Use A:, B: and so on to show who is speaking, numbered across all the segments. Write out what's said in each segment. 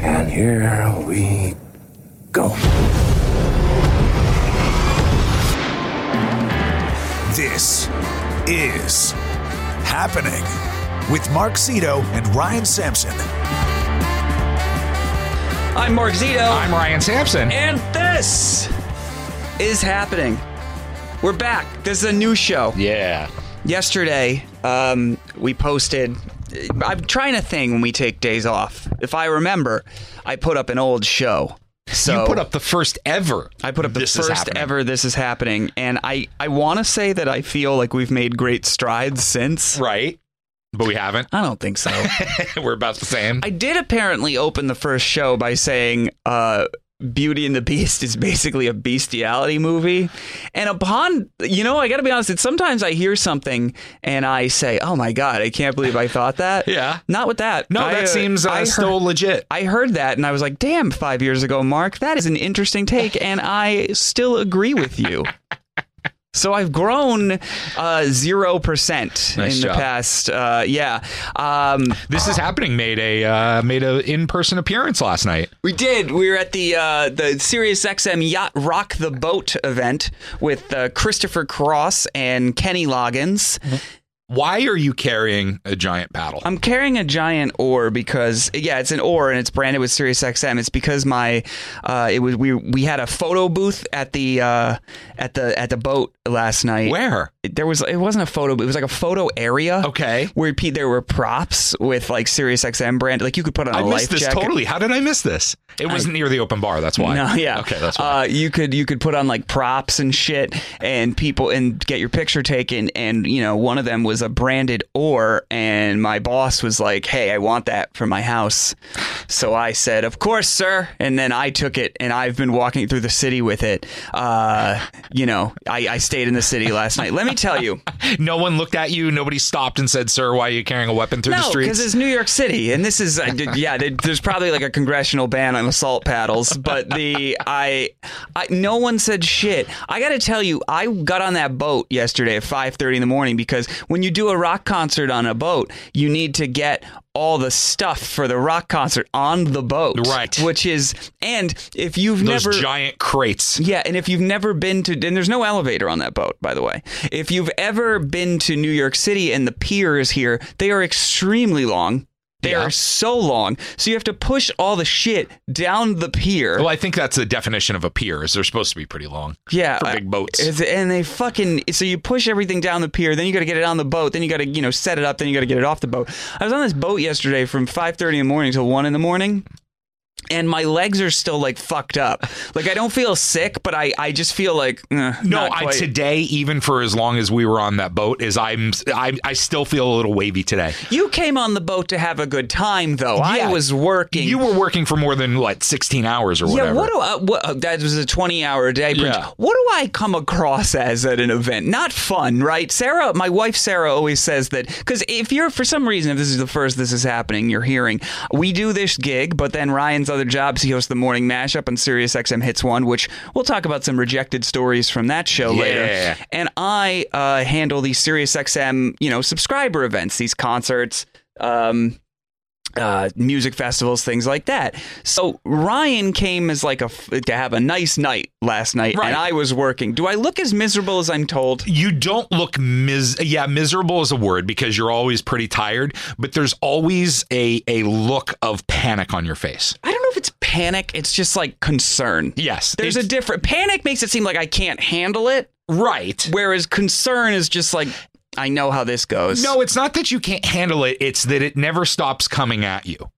A: And here we go.
B: This is happening with Mark Zito and Ryan Sampson.
C: I'm Mark Zito.
D: I'm Ryan Sampson.
C: and this is happening. We're back. This is a new show.
D: Yeah.
C: Yesterday, um, we posted. I'm trying to think when we take days off. If I remember, I put up an old show. So
D: you put up the first ever.
C: I put up the
D: This Is
C: first
D: Happening.
C: ever. This is happening, and I I want to say that I feel like we've made great strides since.
D: Right. But we haven't.
C: I don't think so.
D: We're about the same.
C: I did apparently open the first show by saying uh, Beauty and the Beast is basically a bestiality movie. And upon, you know, I got to be honest, it's sometimes I hear something and I say, oh my God, I can't believe I thought that.
D: Yeah.
C: Not with that.
D: no,
C: I,
D: that
C: uh,
D: seems uh,
C: I
D: still
C: heard-
D: legit.
C: I heard that and I was like, damn, five years ago, Mark, that is an interesting take. And I still agree with you. So I've grown uh, zero percent
D: Nice
C: in
D: job.
C: the past. Uh, yeah, um,
D: This is happening. Made a uh, made a in person appearance last night.
C: We did. We were at the uh, the Sirius XM Yacht Rock the Boat event with uh, Christopher Cross and Kenny Loggins.
D: Mm-hmm. Why are you carrying a giant paddle?
C: I'm carrying a giant oar because yeah, it's an oar and it's branded with Sirius XM. It's because my uh, it was we we had a photo booth at the uh, at the at the boat last night.
D: Where?
C: there was it wasn't a photo booth, it was like a photo area.
D: Okay.
C: Where pe- there were props with like Sirius XM brand like you could put on a
D: I
C: life
D: missed this
C: jacket.
D: totally. How did I miss this? It wasn't near the open bar. That's why.
C: No, yeah.
D: Okay, that's why.
C: uh, you could you could put on like props and shit, and people and get your picture taken. And you know, one of them was a branded oar, and my boss was like, "Hey, I want that for my house," so I said, "Of course, sir." And then I took it, and I've been walking through the city with it. Uh, you know, I, I stayed in the city last night. Let me tell you,
D: no one looked at you. Nobody stopped and said, "Sir, why are you carrying a weapon through the
C: no,
D: streets?"
C: because it's New York City, and this is I did- yeah. there- There's probably like a congressional ban on assault paddles, but the I, I no one said shit. I got to tell you, I got on that boat yesterday at 5:30 in the morning because when you do a rock concert on a boat, you need to get all the stuff for the rock concert on the boat,
D: Right.
C: Which is and if you've
D: Those
C: never
D: giant crates.
C: yeah, and if you've never been to, and there's no elevator on that boat, by the way. If you've ever been to New York City and the piers here, they are extremely long. They
D: Yeah.
C: are so long. So you have to push all the shit down the pier.
D: Well, I think that's the definition of a pier. Is they're supposed to be pretty long.
C: yeah.
D: for big boats.
C: It's- and they fucking, so you push everything down the pier, then you got to get it on the boat, then you got to, you know, set it up, then you got to get it off the boat. I was on this boat yesterday from 5.30 in the morning till 1 in the morning. And my legs are still like fucked up. Like I don't feel sick, but I, I just feel like eh,
D: No,
C: not
D: I,
C: quite.
D: today, even for as long as we were on that boat, is I'm I, I still feel a little wavy today.
C: You came on the boat to have a good time, though.
D: Yeah.
C: I was working.
D: You were working for more than what sixteen hours or whatever.
C: Yeah, what do I, what, uh, that was a 20 hour day. Prince.
D: Yeah.
C: What do I come across as at an event? Not fun, right? Sarah, my wife Sarah always says that because if you're, for some reason, if this is the first this is happening, you're hearing, we do this gig, but then Ryan's other jobs, he hosts the morning mashup on Sirius XM Hits One, which we'll talk about some rejected stories from that show
D: Yeah.
C: later. And I uh, handle these Sirius XM, you know, subscriber events, these concerts. Um, uh, music festivals, things like that. So Ryan came as like a f- to have a nice night last night,
D: Right.
C: and I was working. Do I look as miserable as I'm told?
D: you don't look mis yeah miserable is a word because you're always pretty tired but there's always a a look of panic on your face
C: I don't know if it's panic. It's just like concern.
D: yes
C: There's a
D: it's-
C: different panic makes it seem like I can't handle it,
D: right
C: whereas concern is just like I know how this goes.
D: no it's not that you can't handle it it's that it never stops coming at you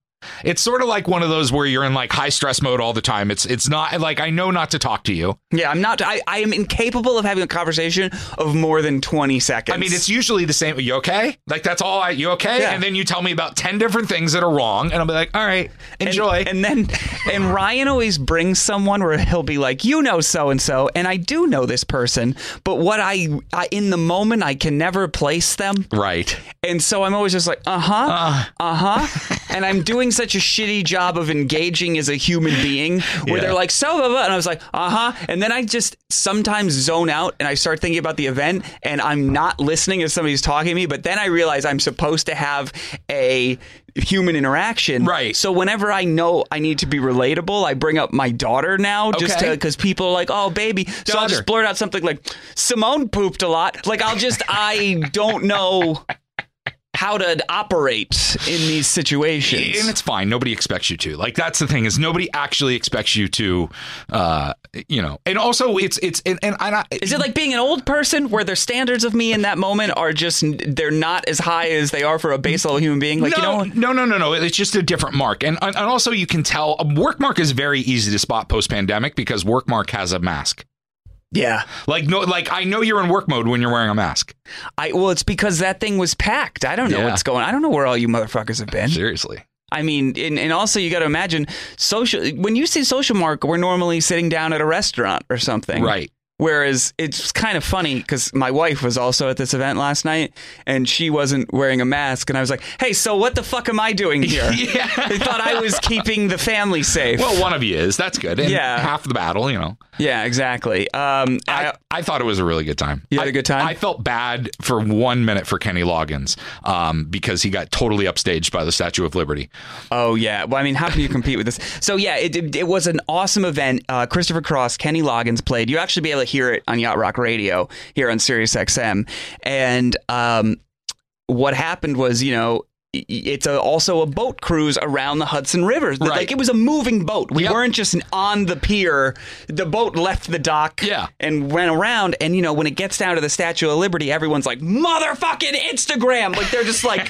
D: it's sort of like one of those where you're in like high stress mode all the time it's it's not like i know not to talk to you
C: yeah, I'm not. I, I am incapable of having a conversation of more than 20 seconds.
D: I mean, it's usually the same. You okay? Like that's all. I, you okay?
C: Yeah.
D: And then you tell me about ten different things that are wrong, and I'll be like, all right, enjoy.
C: And, and then, and Ryan always brings someone where he'll be like, you know, so and so, and I do know this person, but what I, I in the moment I can never place them,
D: right.
C: and so I'm always just like, uh huh, uh huh, and I'm doing such a shitty job of engaging as a human being where
D: Yeah.
C: they're like, so blah, blah, and I was like, uh huh, and then I just sometimes zone out and I start thinking about the event and I'm not listening as somebody's talking to me, but then I realize I'm supposed to have a human interaction.
D: Right.
C: So whenever I know I need to be relatable, I bring up my daughter now just
D: Okay.
C: because people are like, oh, baby. So I'll
D: Daughter.
C: just blurt out something like, Simone pooped a lot. Like, I'll just, I don't know how to operate in these situations.
D: and it's fine. Nobody expects you to. Like that's the thing is nobody actually expects you to, uh, you know. And also, it's it's and, and I
C: Is it like being an old person where their standards of me in that moment are just they're not as high as they are for a base level human being? Like
D: no,
C: you know,
D: no, no, no, no. It's just a different mark, and and and also you can tell um, work mark is very easy to spot post pandemic because work mark has a mask.
C: yeah.
D: Like no, like I know you're in work mode when you're wearing a mask.
C: I well, it's because that thing was packed. I don't know
D: Yeah.
C: what's going. I don't know where all you motherfuckers have been.
D: Seriously,
C: I mean, and, and also you got to imagine social. When you see social mark, we're normally sitting down at a restaurant or something,
D: right?
C: Whereas it's kind of funny because my wife was also at this event last night and she wasn't wearing a mask, and I was like, "Hey, so what the fuck am I doing here?"
D: Yeah.
C: They thought I was keeping the family safe.
D: Well, one of you is. That's good. And
C: Yeah.
D: half the battle, you know.
C: Yeah, exactly. Um, I,
D: I, I thought it was a really good time.
C: You had
D: I-
C: a good time?
D: I felt bad for one minute for Kenny Loggins um, because he got totally upstaged by the Statue of Liberty.
C: oh yeah. Well, I mean, how can you compete with this? So yeah, it, it, it was an awesome event. Uh, Christopher Cross, Kenny Loggins played. You actually be able to hear it on Yacht Rock Radio here on Sirius XM. And um, what happened was, you know. i- It's a, also a boat cruise around the Hudson River.
D: Right.
C: Like it was a moving boat. We
D: Yep.
C: weren't just on the pier. The boat left the dock
D: Yeah.
C: and went around. And you know, when it gets down to the Statue of Liberty, everyone's like, "Motherfucking Instagram!" Like they're just like,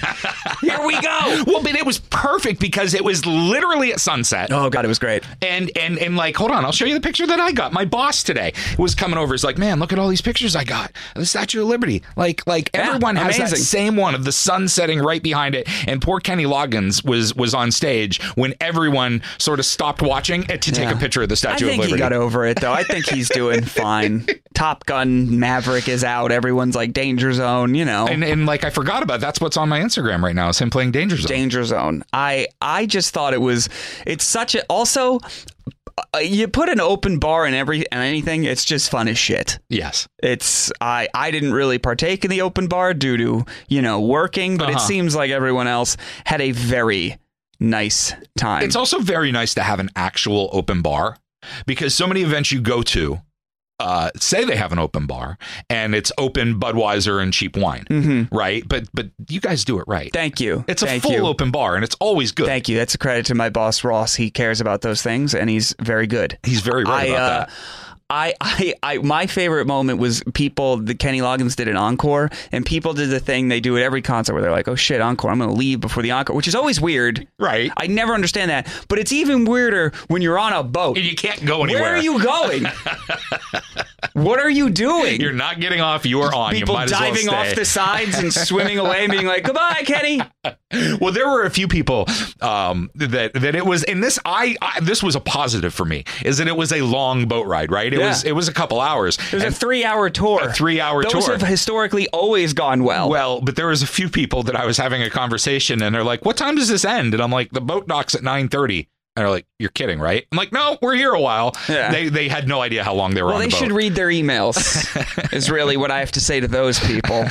C: "Here we go."
D: Well, but it was perfect because it was literally at sunset.
C: Oh god, it was great.
D: And and and like, hold on, I'll show you the picture that I got. My boss today was coming over. He's like, man, look at all these pictures I got of the Statue of Liberty. Like like everyone has that
C: amazing.
D: same one of the sun setting right behind it. And poor Kenny Loggins was was on stage when everyone sort of stopped watching to take a picture of the
C: I
D: Statue of
C: think
D: Liberty.
C: he got over it though. I think he's doing fine. Top Gun Maverick is out. Everyone's like Danger Zone, you know.
D: and, and like I forgot about it. that's what's on my Instagram right now is him playing Danger Zone.
C: Danger Zone. I I just thought it was it's such a also uh, you put an open bar in every and anything, it's just fun as shit.
D: yes.
C: It's I I didn't really partake in the open bar due to, you know, working, but it
D: Uh-huh.
C: seems like everyone else had a very nice time.
D: It's also very nice to have an actual open bar because so many events you go to uh, say they have an open bar and it's open Budweiser and cheap wine, right? But but you guys do it right.
C: Mm-hmm. Thank you.
D: it's a
C: Thank
D: full
C: you.
D: open bar and it's always good.
C: Thank you. That's a credit to my boss Ross. He cares about those things, and he's very good.
D: He's very right about that.
C: uh, I, I, I, my favorite moment was people. The Kenny Loggins did an encore, and people did the thing they do at every concert, where they're like, "Oh shit, encore! I'm going to leave before the encore," which is always weird.
D: Right.
C: I never understand that, but it's even weirder when you're on a boat.
D: And you can't go anywhere.
C: Where are you going? what are you doing?
D: You're not getting off. You are on.
C: people
D: you might as
C: diving
D: well
C: off
D: stay.
C: the sides and swimming away, and being like, "Goodbye, Kenny."
D: Well, there were a few people um, that that it was, and this I, I this was a positive for me is that it was a long boat ride, right? It
C: Yeah.
D: was it was a couple hours.
C: It was
D: And-
C: a three-hour tour.
D: A three-hour
C: Those
D: tour.
C: have historically always gone well.
D: well, but there was a few people that I was having a conversation, and they're like, "What time does this end?" And I'm like, "The boat docks at 9.30. And they're like, "You're kidding, right?" I'm like, "No, we're here a while."
C: Yeah.
D: They they had no idea how long they were
C: Well,
D: on
C: they
D: the boat.
C: should read their emails. is really what I have to say to those people.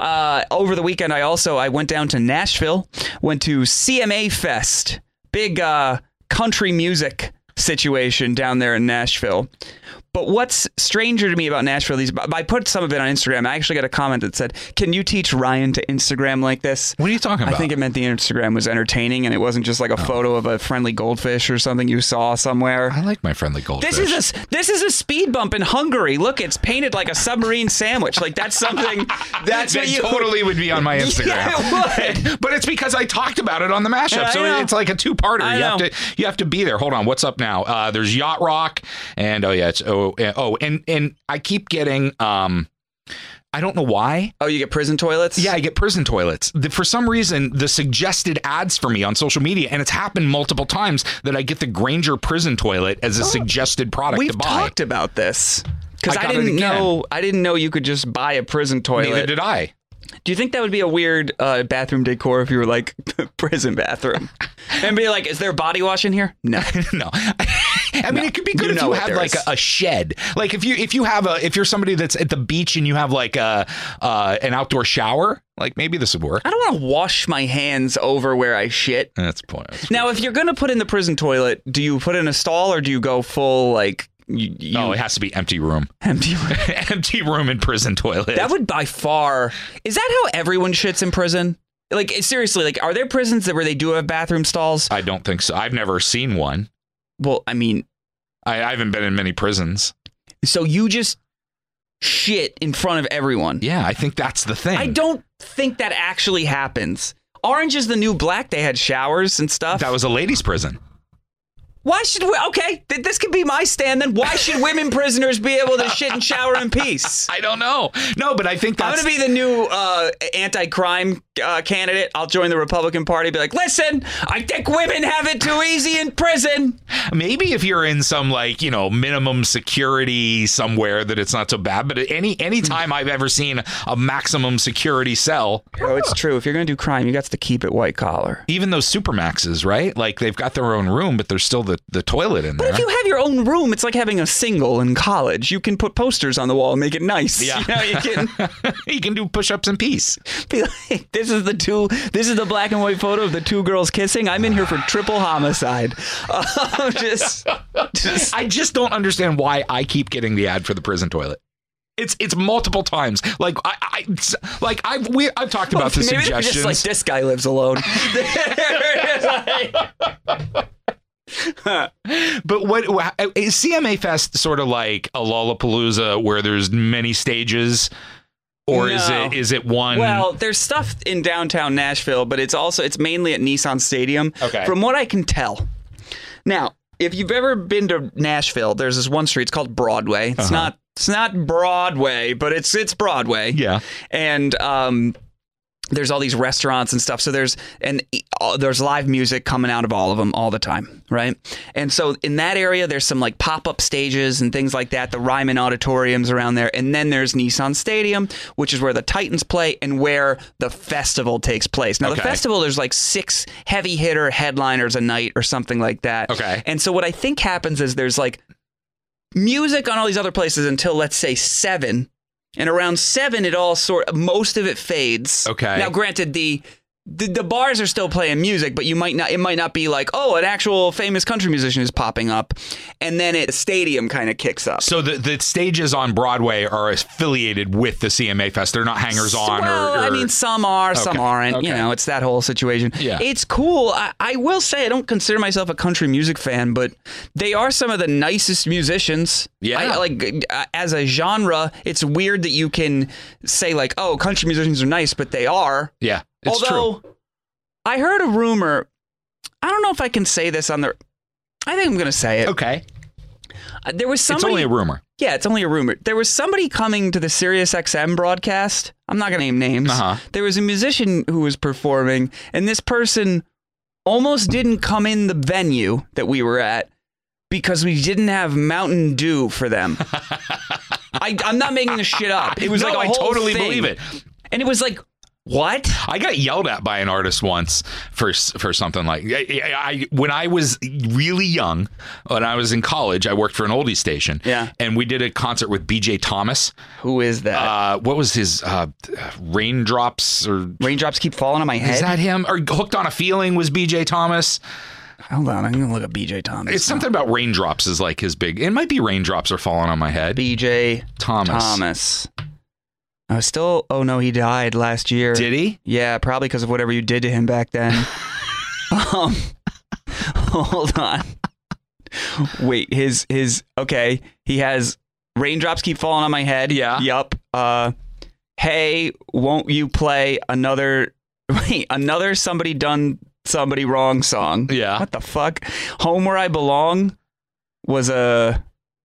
C: Uh, over the weekend, I also I went down to Nashville, went to CMA Fest, big uh, country music situation down there in Nashville. But what's stranger to me about Nashville? These I put some of it on Instagram. I actually got a comment that said, "Can you teach Ryan to Instagram like this?"
D: what are you talking about? Oh.
C: I think it meant the Instagram was entertaining and it wasn't just like a photo of a friendly goldfish or something you saw somewhere.
D: I like my friendly goldfish.
C: This is a this is a speed bump in Hungary. Look, it's painted like a submarine sandwich. Like that's something that's
D: that
C: what you
D: totally would be on my Instagram.
C: Yeah, it would.
D: But it's because I talked about it on the mashup,
C: Yeah, I
D: so
C: know.
D: it's like a two-parter.
C: I
D: You have
C: know.
D: to you have to be there. Hold on, what's up now? Uh, there's yacht rock, and oh yeah, it's oh eh, oh, and and I keep getting um, I don't know why.
C: Oh, you get prison toilets?
D: Yeah, I get prison toilets. The, for some reason, the suggested ads for me on social media, and it's happened multiple times that I get the Granger prison toilet as a suggested product
C: Oh, We've
D: to buy.
C: talked about this. Because
D: I
C: I,
D: got it
C: didn't
D: again.
C: know I didn't know you could just buy a prison toilet.
D: Neither did I.
C: Do you think that would be a weird uh, bathroom decor if you were like prison bathroom and be like, is there body wash in here? No.
D: no. I mean, it could be good
C: You
D: if
C: know
D: you
C: what
D: had
C: there
D: like
C: is.
D: a, a shed. Like if you if you have a if you're somebody that's at the beach and you have like a uh, an outdoor shower, like maybe this would work.
C: I don't want to wash my hands over where I shit.
D: That's the point. That's-
C: Now, if you're going to put in the prison toilet, do you put in a stall or do you go full like you, you
D: no, it has to be empty room,
C: empty?
D: empty room in prison toilet.
C: That would by far. Is that how everyone shits in prison? Like seriously, like are there prisons that where they do have bathroom stalls?
D: I don't think so. I've never seen one.
C: Well, I mean,
D: I, I haven't been in many prisons.
C: so you just shit in front of everyone.
D: Yeah, I think that's the thing.
C: I don't think that actually happens. Orange is the new black. They had showers and stuff.
D: That was a ladies' prison.
C: Why should we? Okay, th- this could be my stand then. Why should women prisoners be able to shit and shower in peace?
D: I don't know. No, but I think
C: I'm
D: that's
C: gonna be the new uh, anti-crime uh, candidate. I'll join the Republican Party. Be like, listen, I think women have it too easy in prison.
D: maybe if you're in some like you know minimum security somewhere that it's not so bad but any any
C: Hmm.
D: time i've ever seen a maximum security cell
C: Oh, it's true. If you're gonna do crime, you got to keep it white collar.
D: even those supermaxes right like they've got their own room but there's still the, the toilet in
C: But
D: there
C: if you have your own room, it's like having a single in college. You can put posters on the wall and make it nice.
D: Yeah.
C: You, know, you can
D: you can do push-ups in peace
C: be like, this is the two, this is the black and white photo of the two girls kissing. I'm in here for triple homicide. Uh, just, just,
D: i just don't understand why i keep getting the ad for the prison toilet it's it's multiple times like i, I it's- like i've we i've talked about the
C: maybe they're
D: suggestions
C: just like, this guy lives alone.
D: But what wha- is CMA Fest sort of like a Lollapalooza where there's many stages, or is
C: No.
D: it is it one?
C: Well, there's stuff in downtown Nashville, but it's also it's mainly at Nissan Stadium.
D: Okay.
C: From what I can tell. Now, if you've ever been to Nashville, there's this one street. It's called Broadway. It's
D: Uh-huh.
C: not it's not Broadway, but it's it's Broadway.
D: Yeah.
C: And um, there's all these restaurants and stuff. So there's and uh, there's live music coming out of all of them all the time, right? And so in that area, there's some like pop up stages and things like that. The Ryman Auditorium's around there, and then there's Nissan Stadium, which is where the Titans play and where the festival takes place. Now the
D: Okay.
C: festival, there's like six heavy hitter headliners a night or something like that.
D: Okay.
C: And so what I think happens is there's like music on all these other places until let's say seven. And around seven, it all sort most of it fades.
D: Okay.
C: Now, granted, the, the the bars are still playing music, but you might not. It might not be like, oh, an actual famous country musician is popping up, and then it the stadium kind of kicks up.
D: so the the stages on Broadway are affiliated with the CMA Fest. They're not hangers on.
C: well,
D: or, or
C: I mean, some are, some
D: Okay,
C: aren't. You
D: okay.
C: know, it's that whole situation.
D: Yeah.
C: It's cool. I, I will say I don't consider myself a country music fan, but they are some of the nicest musicians.
D: Yeah.
C: I, like uh, as a genre, it's weird that you can say like, oh, country musicians are nice, but they are.
D: yeah, it's
C: Although
D: true.
C: I heard a rumor. I don't know if I can say this on the. I think I'm going to say it.
D: Okay,
C: Uh, There was
D: Oh, it's
C: somebody.
D: only a rumor.
C: Yeah, it's only a rumor. There was somebody coming to the Sirius XM broadcast. I'm not going to name names.
D: Uh-huh.
C: There was a musician who was performing, and this person almost didn't come in the venue that we were at because we didn't have Mountain Dew for them. I, I'm not making this shit up. It was
D: no,
C: like a
D: I
C: whole
D: totally
C: thing.
D: believe it.
C: And it was like, what?
D: I got yelled at by an artist once for s- for something like I, I- I- when I was really young, when I was in college, I worked for an oldie station.
C: Yeah.
D: and we did a concert with BJ Thomas.
C: Who is that?
D: Uh, what was his uh, raindrops or
C: Raindrops keep falling on my head.
D: is that him or hooked on a feeling was BJ Thomas?
C: Hold on, I'm gonna look at BJ Thomas.
D: It's something about raindrops is like his big. It might be raindrops are falling on my head.
C: BJ
D: Thomas.
C: Thomas. I was still. Oh no, he died last year.
D: Did he?
C: Yeah, probably because of whatever you did to him back then. um, hold on. Wait, his his okay. He has raindrops keep falling on my head.
D: Yeah.
C: Yup. Uh, hey, won't you play another? Wait, another somebody done somebody wrong song.
D: Yeah.
C: What the fuck? Home where I belong was a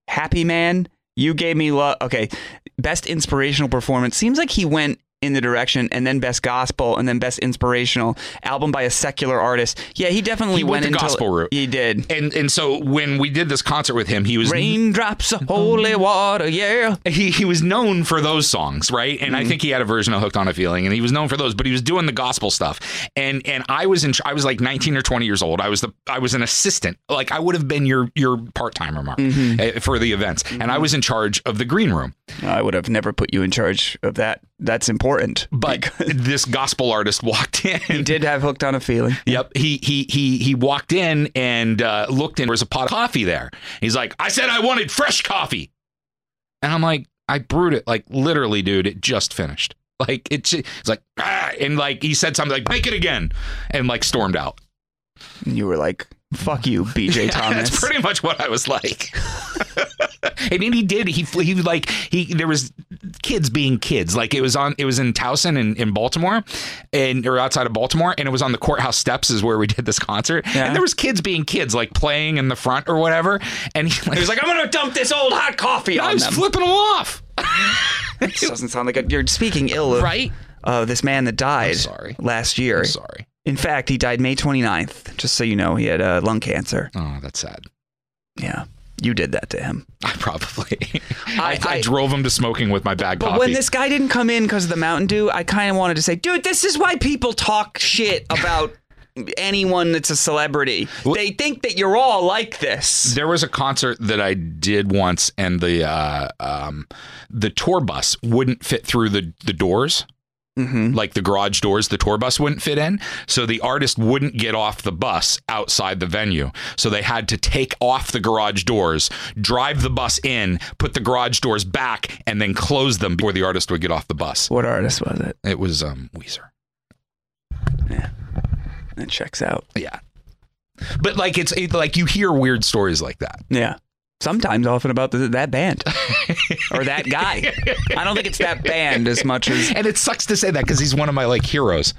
C: happy man. You gave me love. Okay, best inspirational performance. Seems like he went in the direction, and then best gospel, and then best inspirational album by a secular artist. Yeah, he definitely
D: He went the
C: into
D: gospel route.
C: He did.
D: And and so when we did this concert with him, he was
C: Raindrops of holy water, yeah.
D: he, he was known for those songs, right? And I think he had a version of "Hooked on a Feeling," and he was known for those. But he was doing the gospel stuff, and and I was in I was like nineteen or twenty years old. I was the I was an assistant, like I would have been your your part timer, Mark, eh, for the events, and I was in charge of the green room.
C: I would have never put you in charge of that. That's important.
D: But this gospel artist walked
C: He
D: in.
C: did have hooked on a feeling.
D: Yep, he he he he walked in and uh, looked, and there was a pot of coffee there. He's like, "I said I wanted fresh coffee," and I'm like, "I brewed it, like literally, dude. It just finished. Like it's, it's like, ah, and like he said something like, make it again,' and like stormed out.
C: And you were like, "Fuck you, BJ Thomas."
D: That's pretty much what I was like. I mean, he did. He fl- he like he there was kids being kids. Like it was on it was in Towson in, in Baltimore, and or outside of Baltimore, and it was on the courthouse steps is where we did this concert.
C: Yeah.
D: And there was kids being kids, like playing in the front or whatever. And he like,
C: He was like, "I'm gonna dump this old hot coffee
D: I
C: on
D: was
C: them."
D: flipping them off.
C: This doesn't sound like a, you're speaking ill of
D: Right?
C: uh, this man that died
D: sorry.
C: last year.
D: I'm sorry.
C: In fact, he died May 29th. Just so you know, he had uh, lung cancer.
D: Oh, that's sad.
C: Yeah, you did that to him.
D: I probably. I,
C: I-
D: I,
C: I-
D: drove him to smoking with my bag
C: But
D: coffee.
C: when this guy didn't come in because of the Mountain Dew, I kind of wanted to say, dude, this is why people talk shit about anyone that's a celebrity. They think that you're all like this.
D: There was a concert that I did once, and the uh, um, the tour bus wouldn't fit through the the doors,
C: Mm-hmm.
D: like the garage doors. The tour bus wouldn't fit in, so the artist wouldn't get off the bus outside the venue. So they had to take off the garage doors, drive the bus in, put the garage doors back, and then close them before the artist would get off the bus.
C: What artist was it?
D: It was um, Weezer.
C: That checks out.
D: Yeah, but like it's it, like you hear weird stories like that.
C: Yeah. Sometimes often about th that band or that guy. I don't think it's that band as much as
D: And it sucks to say that because he's one of my like heroes.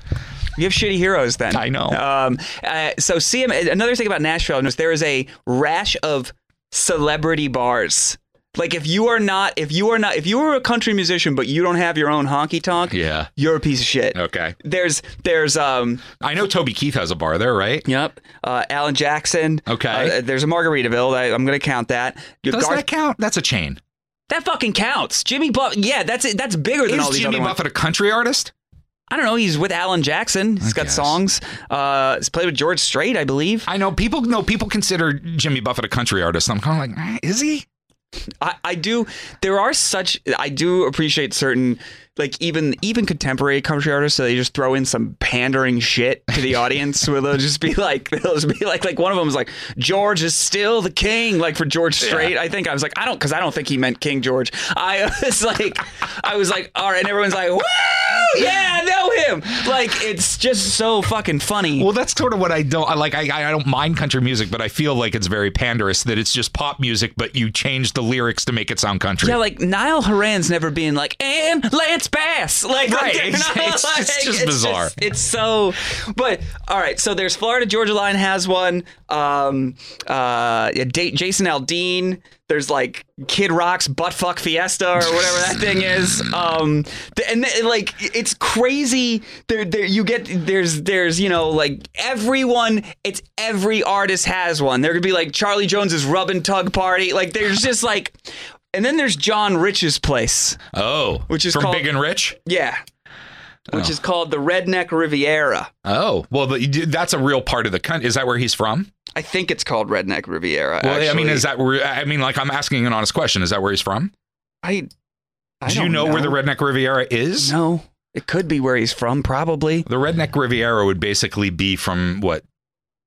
C: You have shitty heroes then.
D: I know.
C: Um, uh, so CM. Another thing about Nashville is there is a rash of celebrity bars. Like if you are not, if you are not, if you are a country musician but you don't have your own honky tonk,
D: Yeah.
C: you're a piece of shit.
D: Okay.
C: There's, there's, um,
D: I know Toby Keith has a bar there, right?
C: yep, uh, Alan Jackson.
D: Okay.
C: Uh, there's a Margaritaville. I, I'm gonna count that.
D: Does
C: Garth-
D: that count? That's a chain.
C: that fucking counts. Jimmy Buff. Yeah, that's it. That's bigger than all
D: Is
C: these
D: Jimmy
C: other ones.
D: Buffett a country artist?
C: I don't know. He's with Alan Jackson. He's got
D: guess.
C: songs. Uh, he's played with George Strait, I believe.
D: I know people. No, people consider Jimmy Buffett a country artist. I'm kind of like, eh, is he?
C: I, I do there are such I do appreciate certain like even even contemporary country artists they just throw in some pandering shit to the audience where they'll just be like they'll just be like like one of them was like George is still the king like for George Strait I think I was like I don't because I don't think he meant King George I was like I was like all right and everyone's like woo yeah I know him like it's just so fucking funny
D: Well, that's sort of what I don't I like. I I don't mind country music, but I feel like it's very panderous that it's just pop music, but you change the lyrics to make it sound country.
C: Yeah, like Niall Horan's never being like, and Lance Bass. Like, like,
D: Right,
C: they're
D: it's-
C: not,
D: it's just- just bizarre.
C: it's so, but all right. So there's Florida Georgia Line has one. Um, uh, yeah, Da- Jason Aldean. There's like Kid Rock's Butt Fuck Fiesta or whatever that thing is. Um, th- and th- like it's crazy. There, there you get there's there's you know like everyone. It's every artist has one. There could be like Charlie Jones's Rub and Tug Party. Like there's just like. And then there's John Rich's place.
D: oh,
C: Which is
D: from
C: called-
D: Big and Rich.
C: Yeah. Which is called the Redneck Riviera.
D: Oh, well, the, you- that's a real part of the country. Is that where he's from?
C: I think it's called Redneck Riviera.
D: Well, I mean,
C: actually.
D: is that where? I mean, like, I'm asking an honest question. Is that where he's from?
C: I, I
D: Do you
C: don't
D: know, where the Redneck Riviera is?
C: No, it could be where he's from, probably.
D: The Redneck Riviera would basically be from what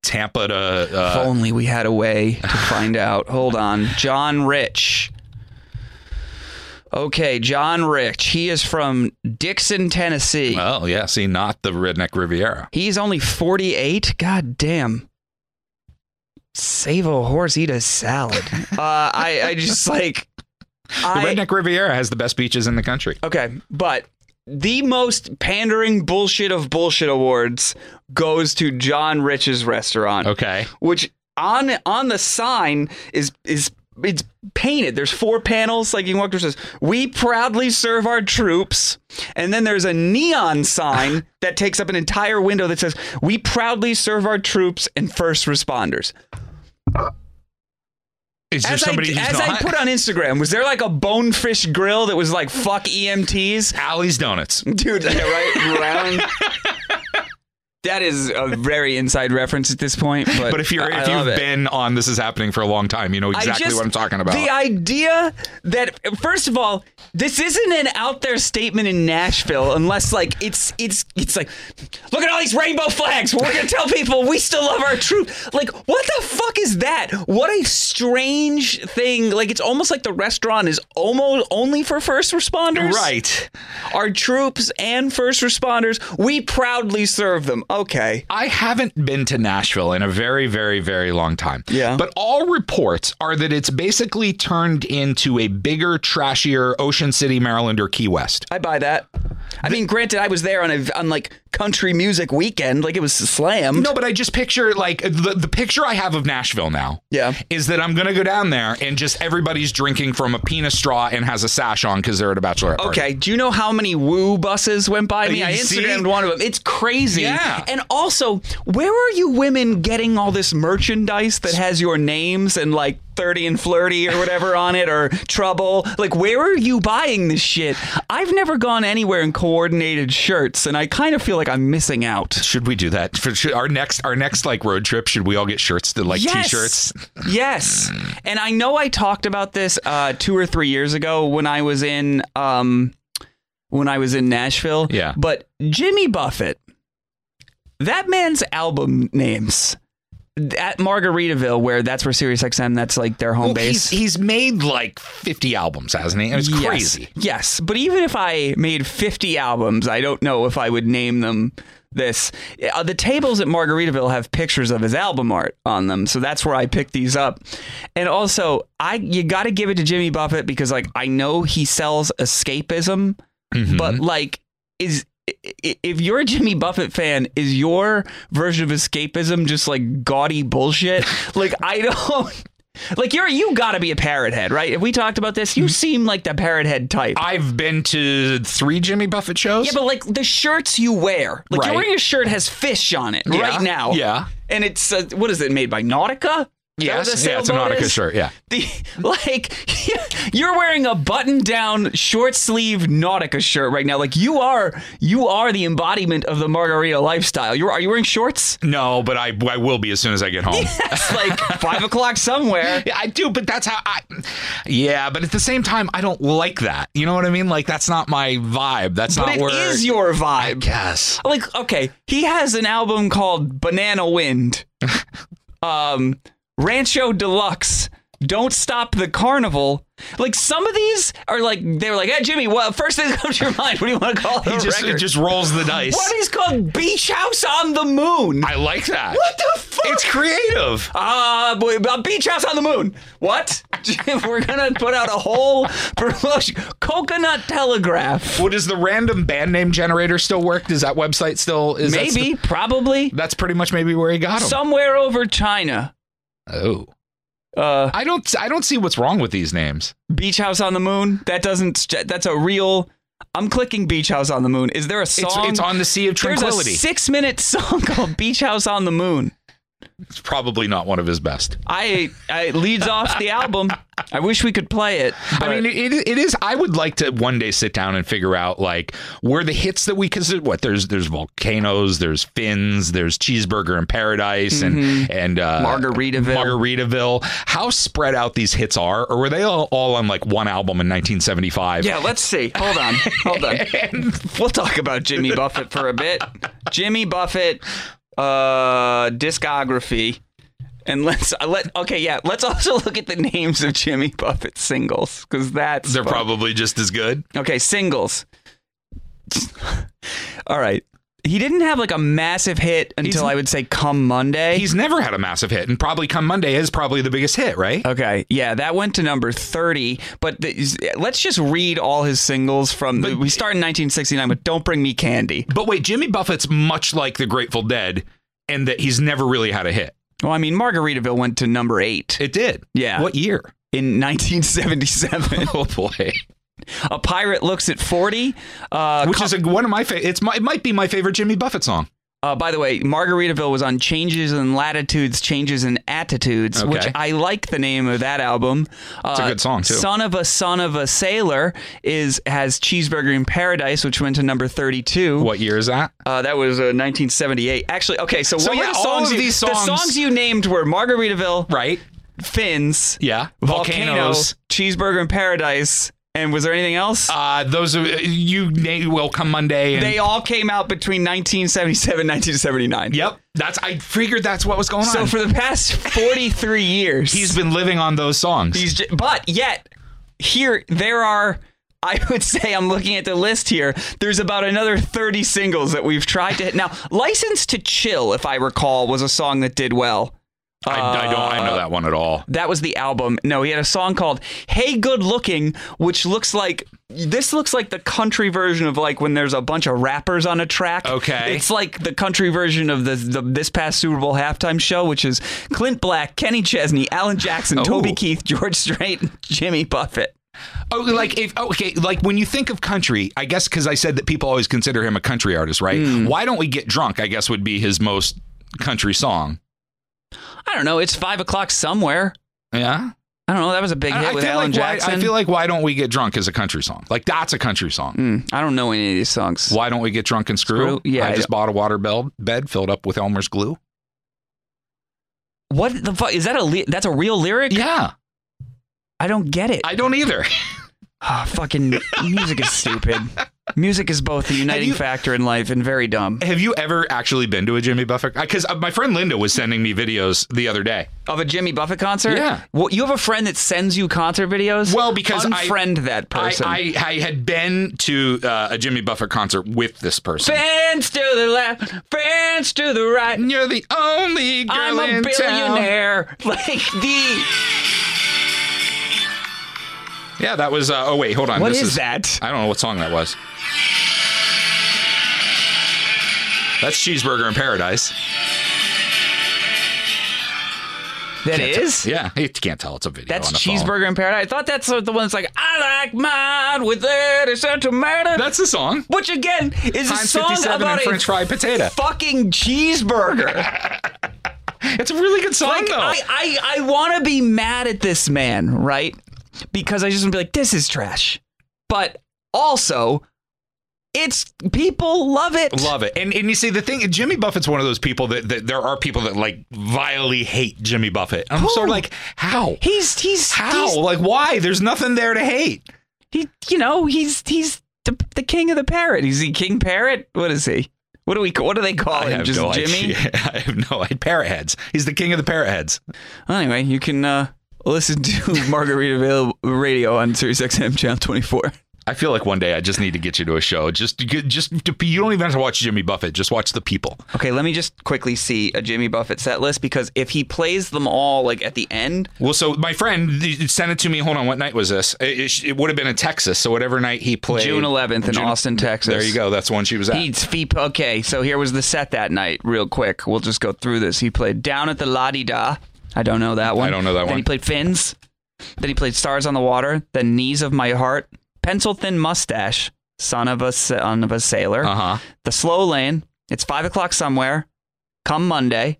D: Tampa to
C: if
D: uh,
C: only we had a way to find out. Hold on, John Rich. Okay, John Rich. He is from Dixon, Tennessee.
D: well, yeah, see, not the Redneck Riviera.
C: He's only 48. God damn. Save a horse, eat a salad. uh, I, I just like.
D: The
C: I,
D: Redneck Riviera has the best beaches in the country.
C: Okay, but the most pandering bullshit of bullshit awards goes to John Rich's restaurant,
D: Okay,
C: which on on the sign is is it's painted. There's four panels. Like you can walk through. it Says, "We proudly serve our troops," and then there's a neon sign that takes up an entire window that says, "We proudly serve our troops and first responders."
D: Is there
C: As, I,
D: somebody who's
C: as I
D: not?
C: put on Instagram, was there like a bonefish grill that was like "fuck E EMTs"?
D: Alley's Donuts.
C: dude yeah, right round that is a very inside reference at this point but,
D: But if you're
C: I- I
D: if
C: love
D: you've
C: it.
D: been on this is happening for a long time, you know
C: I
D: exactly
C: just-
D: what I'm talking about.
C: The idea that first of all, this isn't an out there statement in Nashville unless like it's it's it's like look at all these rainbow flags. We're gonna tell people we still love our truth. Like what the fuck is that? What a strange thing. Like it's almost like the restaurant is almost only for first responders.
D: right.
C: Our troops and first responders, we proudly serve them. Okay.
D: I haven't been to Nashville in a very, very, very long time.
C: Yeah.
D: But all reports are that it's basically turned into a bigger, trashier Ocean City, Maryland, or Key West.
C: I buy that. I mean, granted, I was there on a on like country music weekend, like it was slammed.
D: No, but I just picture like the, the picture I have of Nashville now.
C: Yeah.
D: Is that I'm gonna go down there and just everybody's drinking from a penis straw and has a sash on because they're at a bachelorette party.
C: Okay, do you know how many woo buses went by me?
D: You
C: I
D: see?
C: Instagrammed one of them. It's crazy.
D: Yeah.
C: And also, where are you women getting all this merchandise that has your names and like 30 and flirty or whatever on it or trouble? Like, where are you buying this shit? I've never gone anywhere in coordinated shirts, and I kind of feel like I'm missing out.
D: Should we do that for should, our next our next like road trip? Should we all get shirts that like t-shirts?
C: yes. And I know I talked about this uh, two or three years ago when I was in um, when I was in Nashville.
D: Yeah.
C: But Jimmy Buffett, that man's album names at Margaritaville, where that's where SiriusXM, that's like their home
D: Well,
C: base.
D: Oh, he's, he's made like 50 albums, hasn't he? And it's
C: Yes.
D: crazy.
C: Yes, but even if I made 50 albums, I don't know if I would name them this. Uh, the tables at Margaritaville have pictures of his album art on them, so that's where I picked these up. And also, I you got to give it to Jimmy Buffett because like I know he sells escapism, but like is i- i- if you're a Jimmy Buffett fan, is your version of escapism just like gaudy bullshit? like I don't. Like you're you gotta be a parrot head, right? If we talked about this, you seem like the parrot head type.
D: I've been to three Jimmy Buffett shows.
C: yeah, but like the shirts you wear, like
D: Right.
C: you're wearing a shirt has fish on it
D: Yeah,
C: right now.
D: yeah.
C: and it's uh, what is it made by Nautica? Is that what
D: Yes,
C: the
D: yeah, it's a
C: sailboat
D: Nautica
C: is?
D: shirt. Yeah.
C: The, like you're wearing a button-down short-sleeve Nautica shirt right now. Like you are, you are the embodiment of the margarita lifestyle. You're, are you wearing shorts?
D: No, but I, I will be as soon as I get home.
C: It's like five o'clock somewhere.
D: Yeah, I do, but that's how I. Yeah, but at the same time, I don't like that. You know what I mean? Like that's not my vibe. That's
C: But
D: not
C: it is
D: where.
C: your vibe.
D: Yes.
C: like okay he has an album called banana wind um rancho deluxe don't stop the carnival like some of these are like they were like hey jimmy what first thing that comes to your mind what do you want to call the
D: He just it
C: record
D: just rolls the dice.
C: one is called beach house on the moon
D: I like that.
C: what the fuck
D: It's creative.
C: uh, boy, uh, beach house on the moon. What? We're gonna put out a whole promotion. Coconut Telegraph.
D: Well, does the random band name generator still work? Does that website still is that
C: Maybe,
D: st-
C: probably,
D: that's pretty much maybe where he got them.
C: somewhere over China.
D: oh,
C: Uh,
D: I don't I don't see what's wrong with these names.
C: Beach House on the Moon. That doesn't. That's a real. I'm clicking Beach House on the Moon. Is there a
D: It's,
C: song?
D: it's on the sea of
C: There's a
D: tranquility.
C: six minute song called Beach House on the Moon.
D: It's probably not one of his best.
C: I, I it leads off the album. I wish we could play it. but-
D: I mean, it, it is. I would like to one day sit down and figure out like where the hits that we consider. What there's there's volcanoes, there's fins, there's cheeseburger in paradise, and and uh,
C: Mm-hmm. Margaritaville.
D: Margaritaville. How spread out these hits are, or were they all, all on like one album in 1975?
C: yeah, let's see. Hold on, hold on. we'll talk about Jimmy Buffett for a bit. Jimmy Buffett uh, discography. And let's uh, let okay yeah let's also look at the names of Jimmy Buffett singles because that's
D: They're
C: fun.
D: probably just as good.
C: Okay, singles. All right. He didn't have like a massive hit until I would say come Monday.
D: He's never had a massive hit, and probably come Monday is probably the biggest hit, right?
C: okay, yeah, that went to number 30, but the, let's just read all his singles from we start in 1969 with Don't Bring Me Candy.
D: But wait, Jimmy Buffett's much like the Grateful Dead, and that he's never really had a hit.
C: Well, I mean Margaritaville went to number 8.
D: It did.
C: Yeah.
D: What year?
C: in 1977.
D: Oh boy.
C: a pirate looks at 40. Uh,
D: Which
C: co-
D: is a, one of my favorite. It's my, it might be my favorite Jimmy Buffett song.
C: uh, by the way, Margaritaville was on Changes in Latitudes, Changes in Attitudes, which
D: Okay.
C: I like the name of that album. Uh,
D: a good song, too.
C: Son of a Son of a Sailor is has Cheeseburger in Paradise, which went to number 32.
D: What year is that?
C: Uh, that was uh, 1978. Actually, okay, so, what
D: yeah,
C: were the
D: all
C: songs
D: of
C: you-
D: these
C: the
D: songs-
C: songs you named were Margaritaville,
D: Right.
C: Fins,
D: Yeah.
C: Volcanoes, Cheeseburger in Paradise, and was there anything else?
D: Uh, those are, you na- will come Monday. And,
C: they all came out between 1977 1979.
D: yep. That's I figured that's what was going
C: So
D: on.
C: for the past 43 years,
D: He's been living on those songs.
C: He's ju- but yet here there are. I would say I'm looking at the list here. There's about another 30 singles that we've tried to hit. Now, "License to Chill," if I recall, was a song that did well.
D: I, I don't.
C: uh,
D: I know that one at all.
C: That was the album. No, he had a song called "Hey Good Looking," which looks like this looks like the country version of like when there's a bunch of rappers on a track.
D: Okay.
C: it's like the country version of the, the this past Super Bowl halftime show, which is Clint Black, Kenny Chesney, Alan Jackson, Toby Keith, George Strait, and Jimmy Buffett.
D: Oh, like if okay, like when you think of country, I guess because I said that people always consider him a country artist, right?
C: Hmm.
D: Why don't we get drunk? I guess would be his most country song.
C: I don't know. It's five o'clock somewhere.
D: Yeah,
C: I don't know. That was a big hit
D: I, I
C: with
D: feel
C: Alan
D: like why,
C: Jackson.
D: I feel like why don't we get drunk is a country song. Like that's a country song.
C: Hmm, I don't know any of these songs.
D: Why don't we get drunk and screw?
C: Screw? Yeah,
D: I
C: I
D: just bought a water bel- bed filled up with Elmer's glue.
C: What the fuck is that? A li- that's a real lyric?
D: Yeah,
C: I don't get it.
D: I don't either.
C: Ah, fucking music is stupid. Music is both a uniting
D: you-
C: factor in life and very dumb.
D: Have you ever actually been to a Jimmy Buffett? Because my friend Linda was sending me videos the other day.
C: Of a Jimmy Buffett concert?
D: Yeah.
C: Well, you have a friend that sends you concert videos?
D: Well, because I-
C: unfriend that
D: I,
C: person.
D: I, I had been to uh, a Jimmy Buffett concert with this person.
C: Friends to the left, friends to the right.
D: You're the only girl
C: I'm a
D: in town.
C: billionaire. Like the
D: Yeah, that was. Uh, oh wait, hold on.
C: What
D: this
C: is that?
D: I don't know what song that was. That's Cheeseburger in Paradise.
C: that is.
D: Yeah, you can't tell it's a video.
C: That's
D: on a phone.
C: Cheeseburger in Paradise. I thought that's the one that's like, I like mine with lettuce and tomato.
D: That's the song.
C: which again is a
D: Times
C: song
D: 57
C: about
D: and
C: a
D: French fried potato.
C: fucking cheeseburger.
D: It's a really good song
C: like
D: though.
C: I, I, I want to be mad at this man, right? Because I just want to be like, this is trash. But also, it's people love it.
D: Love it. And and you see the thing, Jimmy Buffett's one of those people that, that there are people that like vilely hate Jimmy Buffett. I'm so
C: Who?
D: like, how?
C: He's he's
D: How?
C: he's-
D: like why? There's nothing there to hate.
C: he you know he's he's the, the king of the parrot. Is he King Parrot? What is he? What do we what do they call him? just Jimmy.
D: idea. I have no idea. Parrot heads. He's the king of the parrot heads.
C: Well, anyway, you can uh, listen to Margaritaville Radio on Sirius XM channel twenty four.
D: I feel like one day I just need to get you to a show. Just, to get- just to, you don't even have to watch Jimmy Buffett. Just watch the people.
C: Okay, let me just quickly see a Jimmy Buffett set list because if he plays them all like at the end,
D: Well, so my friend th- sent it to me. Hold on, what night was this? It, it sh- it would have been in Texas. So whatever night he played,
C: June 11th in Austin, Texas.
D: There you go. That's the one she was at.
C: He's feet. Okay, so here was the set that night, real quick. We'll just go through this. He played Down at the La Di Da. I don't know that one.
D: don't know that
C: then
D: one.
C: he played Fins. Then he played Stars on the Water. Then Knees of My Heart. Pencil Thin Mustache. Son of a Son of a Sailor.
D: Uh huh.
C: The Slow Lane. It's five o'clock somewhere. Come Monday.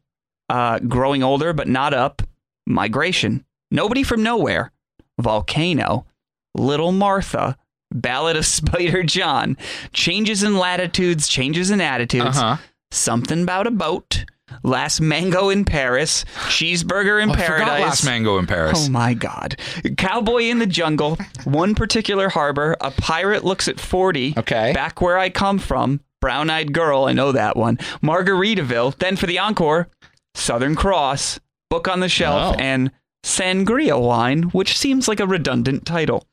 C: Uh, growing older but not up. Migration. Nobody from nowhere. Volcano. Little Martha. Ballad of Spider John. Changes in latitudes. Changes in attitudes.
D: Uh huh.
C: Something about a boat. Last mango in Paris. Cheeseburger in
D: Oh, I forgot
C: paradise.
D: Last Mango in Paris.
C: Oh my God. Cowboy in the jungle, one particular harbor, a pirate looks at 40.
D: Okay.
C: Back where I come from, brown eyed girl, I know that one. Margaritaville, then for the encore, Southern Cross, Book on the Shelf,
D: Oh.
C: and Sangria Wine, which seems like a redundant title.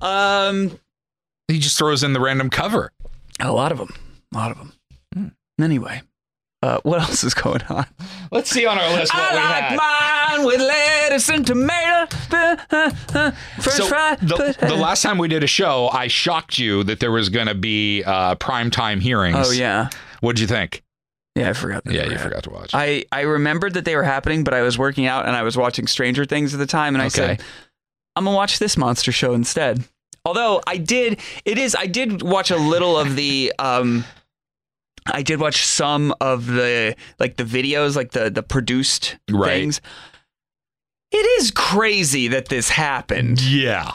C: Um,
D: He just throws in the random cover.
C: a lot of them. A lot of them.
D: Hmm.
C: Anyway, uh, what else is going on?
D: Let's see on our list what
C: I
D: we
C: like
D: had.
C: mine with lettuce and tomato, uh, uh, uh, french
D: so
C: fry.
D: the,
C: uh,
D: the last time we did a show, I shocked you that there was going to be uh, prime time hearings.
C: Oh yeah,
D: What'd you think?
C: yeah, I forgot. That
D: Yeah,
C: they
D: you
C: were
D: forgot to watch.
C: happening. I I remembered that they were happening, but I was working out and I was watching Stranger Things at the time, and I
D: Okay.
C: said, I'm gonna watch this monster show instead. Although I did, it is I did watch a little of the. Um, I did watch some of the like the videos, like the the produced
D: Right.
C: things. It is crazy that this happened.
D: Yeah.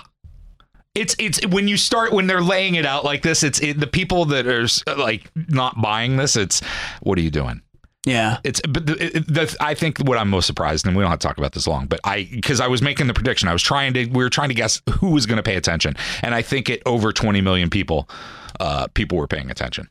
D: It's it's when you start when they're laying it out like this. It's it, the people that are s- like not buying this. It's what are you doing?
C: Yeah.
D: It's but the, it- the, I think what I'm most surprised, and we don't have to talk about this long, but I because I was making the prediction. I was trying to we were trying to guess who was going to pay attention, and I think at over 20 million people, uh, people were paying attention.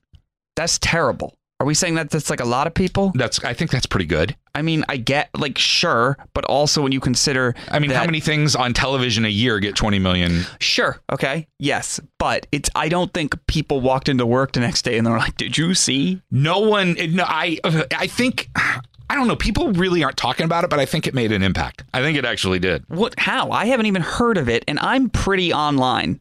C: That's terrible. Are we saying that that's like a lot of people?
D: That's I think that's pretty good.
C: I mean, I get like sure, but also when you consider
D: I mean, how
C: that-
D: many things on television a year get 20 million?
C: Sure, okay. Yes, but it's I don't think people walked into work the next day and they're like, "Did you see?"
D: No one. No, I. I think. I don't know. People really aren't talking about it, but I think it made an impact. I think it actually did.
C: What how? I haven't even heard of it and I'm pretty online.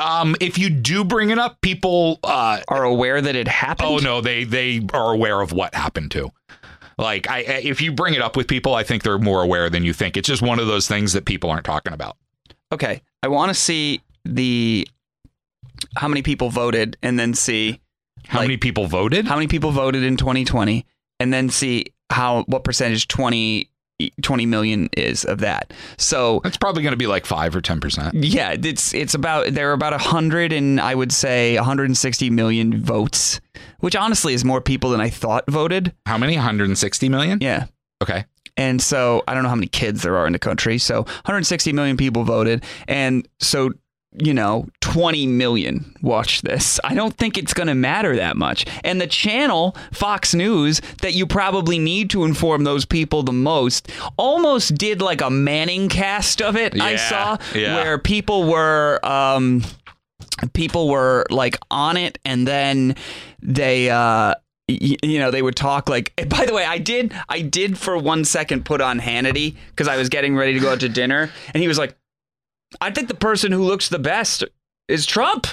D: Um, if you do bring it up, people. Uh,
C: Are aware that it happened?
D: oh no, they they are aware of what happened to. Like, I I- if you bring it up with people, I think they're more aware than you think. It's just one of those things that people aren't talking about.
C: Okay. I want to see the how many people voted and then see
D: How
C: Like-
D: many people voted?
C: how many people voted in 2020 and then see how what percentage 20 20 million is of that. So
D: That's probably going to be like five or ten percent.
C: Yeah, it's it's about there are about a hundred and I would say 160 million votes, which honestly is more people than I thought voted.
D: How many? One hundred and sixty million.
C: Yeah.
D: Okay.
C: And so I don't know how many kids there are in the country. So 160 million people voted. And so, you know, 20 million watch this. I don't think it's going to matter that much. And the channel, Fox News, that you probably need to inform those people the most, almost did like a Manning cast of it. I
D: Yeah,
C: saw
D: yeah.
C: where people were. Um, people were like on it and then they uh y- you know they would talk like by the way i did i did for one second put on hannity because i was getting ready to go out to dinner and he was like i think the person who looks the best is trump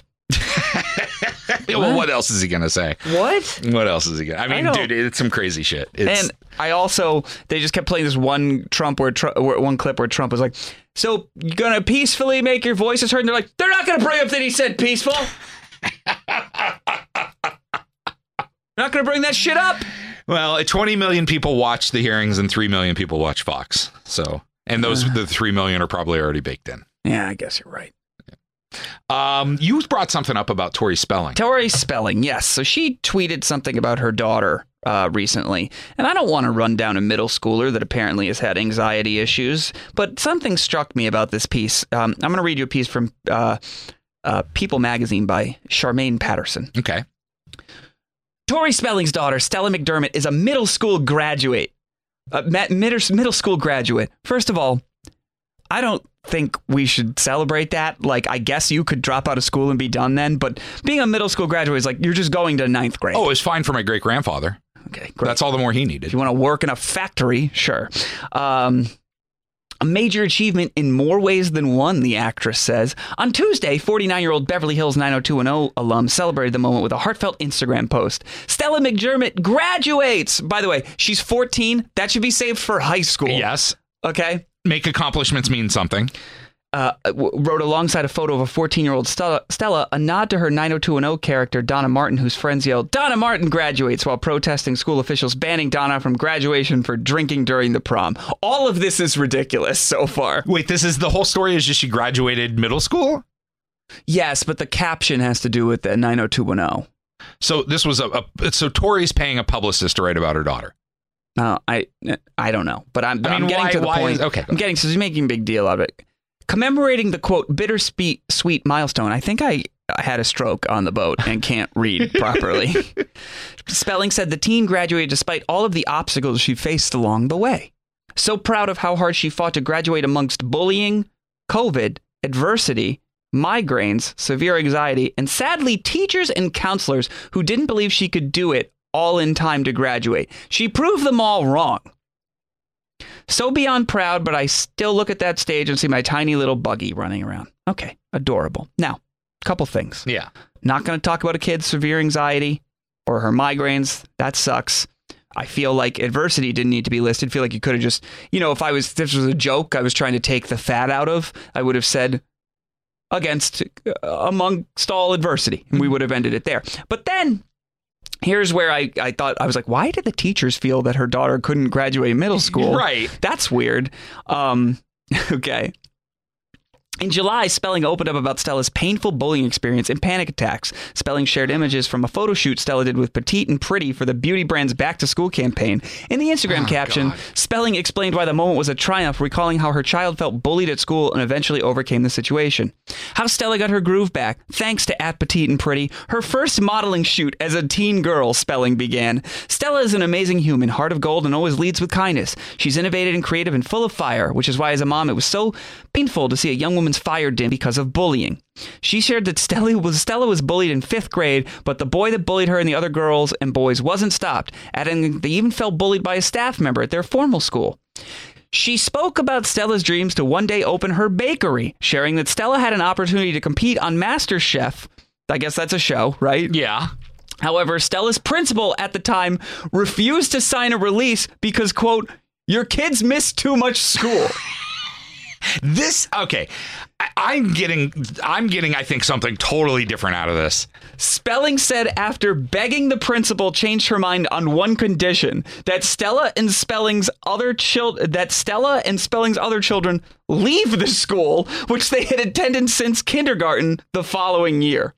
D: well, what else is he going to say?
C: what
D: What else is he gonna? I mean,
C: don't-
D: dude, it's some crazy shit. It's,
C: and I also they just kept playing this one Trump where, Tru- where one clip where Trump was like, "So you're gonna peacefully make your voices heard?" And they're like, "They're not gonna bring up that he said peaceful. not gonna bring that shit up."
D: well, 20 million people watch the hearings and 3 million people watch Fox. So, and those
C: Uh-huh.
D: the 3 million are probably already baked in.
C: Yeah, I guess you're right.
D: Um, you brought something up about Tori Spelling.
C: Tori Spelling, yes. So she tweeted something about her daughter uh, recently, and I don't want to run down a middle schooler that apparently has had anxiety issues, but something struck me about this piece. Um, I'm going to read you a piece from uh, uh, People Magazine by Charmaine Patterson.
D: Okay.
C: Tori Spelling's daughter, Stella McDermott, is a middle school graduate. A ma- middle, middle school graduate. First of all, I don't think we should celebrate that. Like, I guess you could drop out of school and be done then, but being a middle school graduate is like you're just going to ninth grade.
D: Oh, it was fine for my great grandfather.
C: okay, great.
D: That's all the more he
C: If
D: needed.
C: you want to work in a factory, sure. Um, a major achievement in more ways than one, the actress says. On Tuesday, 49 year old Beverly Hills 90210 alum celebrated the moment with a heartfelt Instagram post. Stella McDermott graduates! By the way, she's 14. That should be saved for high school.
D: Yes.
C: Okay.
D: Make accomplishments mean something.
C: Uh, w- wrote alongside a photo of a 14 year old Stella, Stella, a nod to her 90210 character, Donna Martin, whose friends yelled, Donna Martin graduates, while protesting school officials banning Donna from graduation for drinking during the prom. All of this is ridiculous so far.
D: Wait, this is the whole story is just she graduated middle school?
C: Yes, but the caption has to do with the 90210.
D: So this was a, a so Tori's paying a publicist to write about her daughter.
C: No, Uh, I I don't know, but I'm,
D: I mean,
C: I'm getting
D: why-
C: to the
D: why
C: point.
D: is- okay.
C: I'm getting so she's making a big deal out of it, commemorating the quote bittersweet sweet milestone. I think I had a stroke on the boat and can't read properly. Spelling said the teen graduated despite all of the obstacles she faced along the way. So proud of how hard she fought to graduate amongst bullying, COVID, adversity, migraines, severe anxiety, and sadly, teachers and counselors who didn't believe she could do it all in time to graduate. She proved them all wrong. So beyond proud, but I still look at that stage and see my tiny little buggy running around. Okay, adorable. Now, couple things.
D: Yeah.
C: Not going to talk about a kid's severe anxiety or her migraines. That sucks. I feel like adversity didn't need to be listed. I feel like you could have just, you know, if I was, if this was a joke I was trying to take the fat out of, I would have said against, uh, amongst all adversity. And we would have ended it there. But then here's where I, I thought, I was like, why did the teachers feel that her daughter couldn't graduate middle school?
D: Right.
C: That's weird. Um, okay. In July, Spelling opened up about Stella's painful bullying experience and panic attacks. Spelling shared images from a photo shoot Stella did with Petite and Pretty for the beauty brand's back to school campaign. In the Instagram caption, Spelling explained why the moment was a triumph, recalling how her child felt bullied at school and eventually overcame the situation. How Stella got her groove back, thanks to at Petite and Pretty, her first modeling shoot as a teen girl, Spelling began. Stella is an amazing human, heart of gold, and always leads with kindness. She's innovative and creative and full of fire, which is why, as a mom, it was so painful to see a young woman's fire dim because of bullying. She shared that Stella was, Stella was bullied in fifth grade, but the boy that bullied her and the other girls and boys wasn't stopped, adding they even felt bullied by a staff member at their formal school. She spoke about Stella's dreams to one day open her bakery, sharing that Stella had an opportunity to compete on MasterChef. I guess that's a show, right?
D: Yeah.
C: However, Stella's principal at the time refused to sign a release because, quote, your kids miss too much school.
D: This okay. I, I'm getting I'm getting I think something totally different out of this.
C: Spelling said after begging the principal changed her mind on one condition that Stella and Spelling's other child that Stella and Spelling's other children leave the school which they had attended since kindergarten the following year.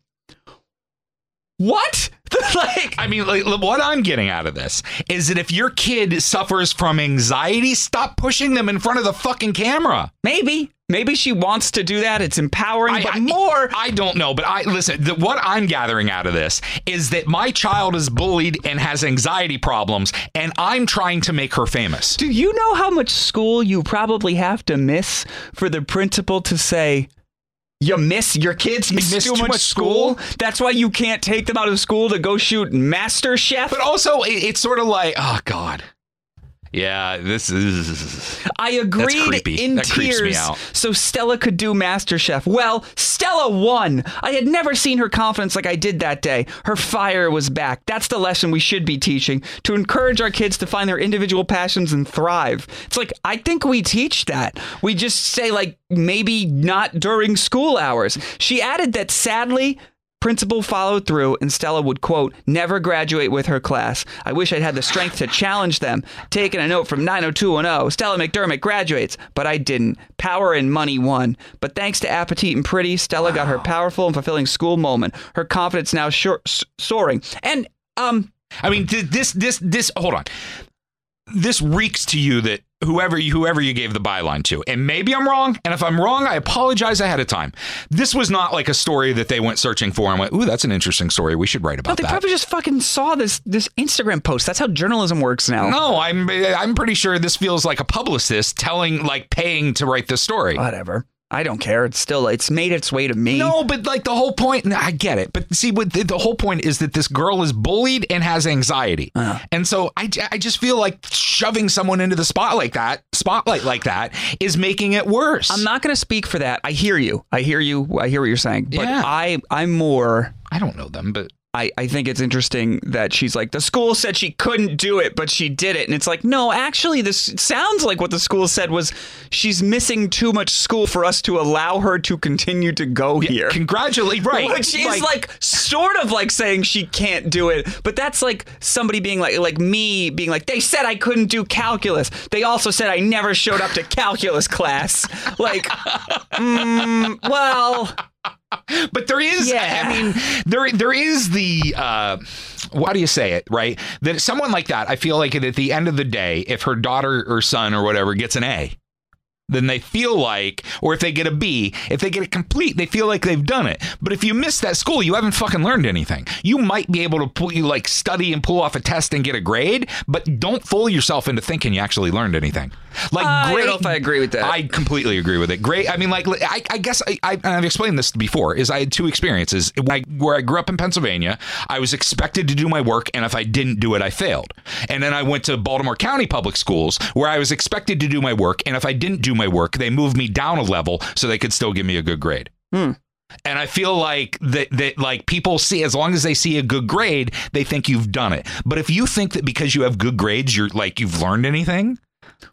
C: What? like
D: I mean, like, what I'm getting out of this is that if your kid suffers from anxiety, stop pushing them in front of the fucking camera.
C: maybe maybe she wants to do that it's empowering but more
D: I don't know, but I listen. The, what I'm gathering out of this is that my child is bullied and has anxiety problems, and I'm trying to make her famous.
C: Do you know how much school you probably have to miss for the principal to say, you miss your kids miss,
D: miss
C: too, much, school? That's why you can't take them out of school to go shoot Master Chef.
D: But also, it, it's sort of like, oh god, yeah, this is.
C: I agreed
D: creepy.
C: in
D: That creeps me
C: tears
D: out.
C: so Stella could do MasterChef. Well, Stella won. I had never seen her confidence like I did that day. Her fire was back. That's the lesson we should be teaching to encourage our kids to find their individual passions and thrive. It's like, I think we teach that. We just say, like, maybe not during school hours. She added that sadly, Principal followed through, and Stella would, quote, never graduate with her class. I wish I'd had the strength to challenge them. Taking a note from 90210, Stella McDermott graduates, but I didn't. Power and money won. But thanks to Appetite and Pretty, Stella got her powerful and fulfilling school moment. Her confidence now shor- s- soaring. And, um,
D: I mean, th- this, this, this. Hold on. This reeks to you that whoever you, whoever you gave the byline to, and maybe I'm wrong. And if I'm wrong, I apologize ahead of time. This was not like a story that they went searching for and went, "Ooh, that's an interesting story. We should write
C: no,
D: about
C: they
D: that."
C: probably just fucking saw this this Instagram post. That's how journalism works now.
D: no, I'm I'm pretty sure this feels like a publicist telling, like, paying to write this story.
C: Whatever. I don't care. It's still, it's made its way to me.
D: No, but like the whole point, I get it. But see, what the, the whole point is that this girl is bullied and has anxiety,
C: Uh.
D: and so I, j- I just feel like shoving someone into the spot like that, spotlight like that, is making it worse.
C: I'm not going to speak for that. I hear you. I hear you. I hear what you're saying. But
D: Yeah.
C: I, I'm more.
D: I don't know them, but
C: I, I think it's interesting that she's like the school said she couldn't do it, but she did it, and it's like no, actually, this sounds like what the school said was she's missing too much school for us to allow her to continue to go here.
D: congratulate, right?
C: Which is like, sort of like saying she can't do it, but that's like somebody being like like me being like they said I couldn't do calculus. They also said I never showed up to calculus class. Like, mm, well,
D: but there is,
C: Yeah.
D: I mean, there there is the. Uh, how do you say it, right? That someone like that, I feel like at the end of the day, if her daughter or son or whatever gets an A, then they feel like, or if they get a B, if they get it complete, they feel like they've done it. But if you miss that school, you haven't fucking learned anything. You might be able to pull you like study and pull off a test and get a grade, but don't fool yourself into thinking you actually learned anything. Like,
C: I don't
D: great,
C: know if I agree with that.
D: I completely agree with it. Great. I mean, like, I, I guess I, I, and I've explained this before. Is I had two experiences When I, where I grew up in Pennsylvania. I was expected to do my work, and if I didn't do it, I failed. And then I went to Baltimore County Public Schools, where I was expected to do my work, and if I didn't do my work, they moved me down a level so they could still give me a good grade. And I feel like that, that like people see as long as they see a good grade, they think you've done it. But if you think that because you have good grades, you're like you've learned anything,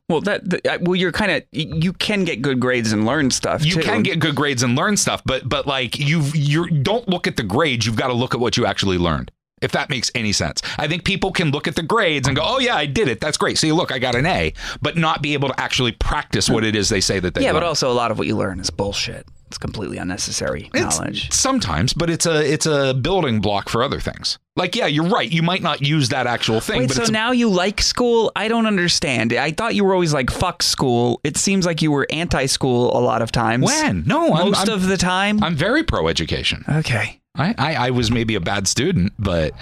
C: Well, that, that I- well, you're kind of you can get good grades and learn stuff.
D: you
C: too.
D: can get good grades and learn stuff. But but like you've you don't look at the grades. You've got to look at what you actually learned. If that makes any sense, I think people can look at the grades and go, "Oh yeah, I did it. That's great. See, look, I got an A," but not be able to actually practice what it is they say that they.
C: yeah, but
D: learned.
C: also a lot of what you learn is bullshit. It's completely unnecessary
D: It's-
C: knowledge.
D: Sometimes, but it's a it's a building block for other things. Like, yeah, you're right. You might not use that actual thing,
C: Wait,
D: but
C: so
D: it's a-
C: now you like school? I don't understand. I thought you were always like fuck school. It seems like you were anti-school a lot of times.
D: when no, I'm,
C: Most
D: I'm,
C: of the time.
D: I'm very pro education.
C: okay.
D: I, I I was maybe a bad student, but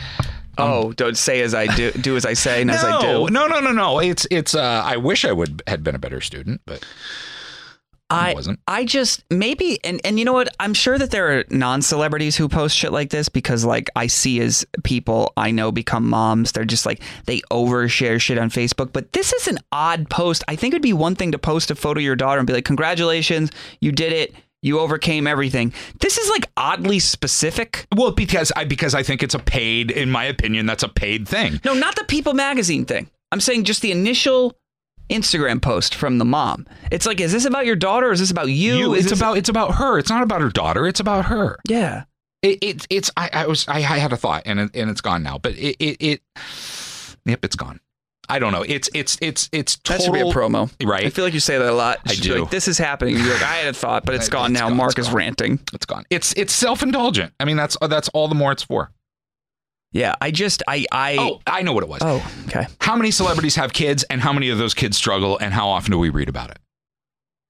C: oh, don't say as I do. Do as I say, and as I
D: no,
C: do.
D: no, no, no, no. It's it's. Uh, I wish I would had been a better student, but
C: I
D: wasn't.
C: I just maybe and and you know what? I'm sure that there are non-celebrities who post shit like this because like I see as people I know become moms, they're just like they overshare shit on Facebook. But this is an odd post. I think it'd be one thing to post a photo of your daughter and be like, "Congratulations, you did it." You overcame everything. This is like oddly specific.
D: well, because I because I think it's a paid. In my opinion, that's a paid thing.
C: No, not the People magazine thing. I'm saying just the initial Instagram post from the mom. It's like, is this about your daughter? Or is this about you?
D: You,
C: Is
D: it's
C: this-
D: about it's about her. It's not about her daughter. It's about her.
C: yeah.
D: it, it it's I, I was I, I had a thought and it, and it's gone now, but it it, it yep, it's gone. I don't know. It's it's it's it's
C: That
D: total
C: should be a promo,
D: right?
C: I feel like you say that a lot. You
D: I
C: should be
D: do.
C: Like, this is happening. You're like, I had a thought, but it's
D: It-
C: gone
D: it's
C: now.
D: gone,
C: Mark
D: it's
C: is
D: gone.
C: ranting.
D: It's gone. It's it's self indulgent. I mean, that's that's all the more it's for.
C: Yeah, I just, I, I.
D: Oh, I know what it was.
C: Oh, okay.
D: How many celebrities have kids, and how many of those kids struggle, and how often do we read about it?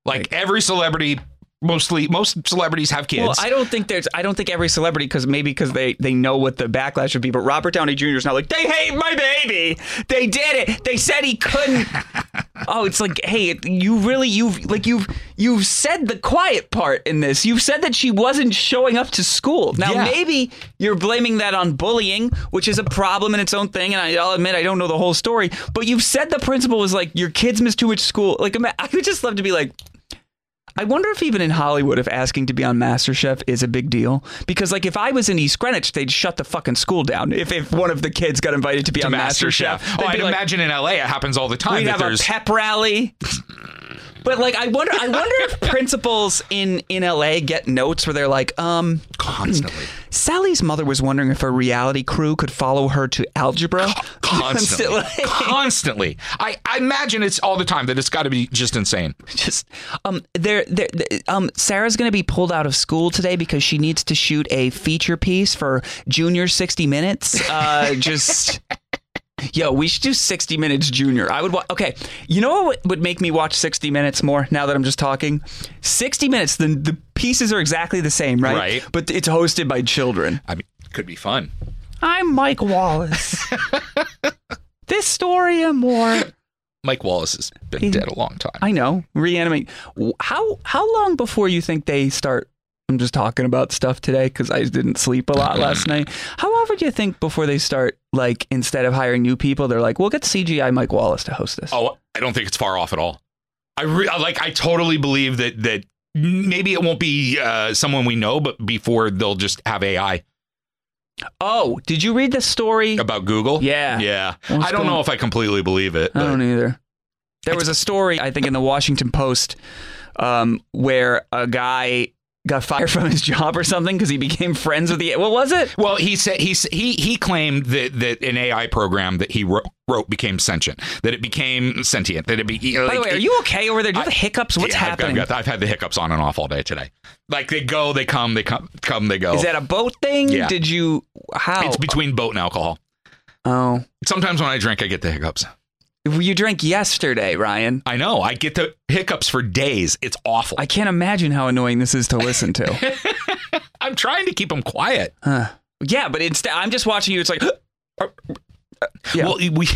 D: Like every celebrity, mostly most celebrities have kids.
C: Well, I don't think there's, I don't think every celebrity, because maybe because they they know what the backlash would be. But Robert Downey Jr. is not like they hate my baby. They did it. They said he couldn't. oh, it's like, hey, it- you really, you've like you've you've said the quiet part in this. You've said that she wasn't showing up to school. Now
D: Yeah.
C: maybe you're blaming that on bullying, which is a problem in its own thing. And I, I'll admit I don't know the whole story, but you've said the principal was like your kids miss too much school. Like ima- I would just love to be like. I wonder if even in Hollywood, if asking to be on MasterChef is a big deal, because like if I was in East Greenwich, they'd shut the fucking school down if, if one of the kids got invited to be on
D: Master Chef.
C: MasterChef.
D: Oh,
C: they'd
D: I'd
C: be like,
D: imagine in LA it happens all the time.
C: We'd
D: that
C: have a
D: there's
C: pep rally. But like, I wonder, I wonder if principals in in LA get notes where they're like, um,
D: constantly.
C: Sally's mother was wondering if a reality crew could follow her to algebra.
D: constantly,
C: Constantly.
D: constantly. I, I imagine it's all the time that it's got to be just insane.
C: just um there there um Sarah's going to be pulled out of school today because she needs to shoot a feature piece for Junior 60 Minutes. Uh just Yo, we should do 60 Minutes Junior. I would wa- Okay, you know what would make me watch 60 Minutes more now that I'm just talking? 60 Minutes the the pieces are exactly the same, right?
D: Right.
C: But it's hosted by children.
D: I mean, could be fun.
C: I'm Mike Wallace. this story and more
D: Mike Wallace has been dead a long time.
C: I know. Reanimate. W- How how long before you think they start? I'm just talking about stuff today because I didn't sleep a lot last
D: Mm-hmm.
C: night. How often do you think before they start, like, instead of hiring new people, they're like, we'll get CGI Mike Wallace to host this?
D: oh, I don't think it's far off at all. I re- I- like. I totally believe that that maybe it won't be uh, someone we know, but before they'll just have AI
C: Oh, did you read the story?
D: about Google.
C: Yeah.
D: yeah.
C: What's
D: I don't know
C: going-
D: if I completely believe it.
C: I
D: But
C: don't either. There was a story, I think, in the Washington Post um, where a guy got fired from his job or something because he became friends with the. What was it?
D: well, he said he s- he he claimed that that an AI program that he wrote, wrote became sentient, that it became sentient, that it be.
C: By the way, are you okay over there? Do you have hiccups? What's
D: Yeah, I've got-
C: happening?
D: I've, got, I've had the hiccups on and off all day today. Like they go, they come, they come, come, they go.
C: Is that a boat thing?
D: Oh. Yeah.
C: Did you how?
D: it's between boat and alcohol.
C: oh,
D: Sometimes when I drink, I get the hiccups.
C: you drank yesterday, Ryan.
D: I know. I get the hiccups for days. It's awful.
C: I can't imagine how annoying this is to listen to.
D: I, am trying to keep them quiet.
C: yeah, but instead, I'm just watching you. It's like Yeah.
D: Well, we we,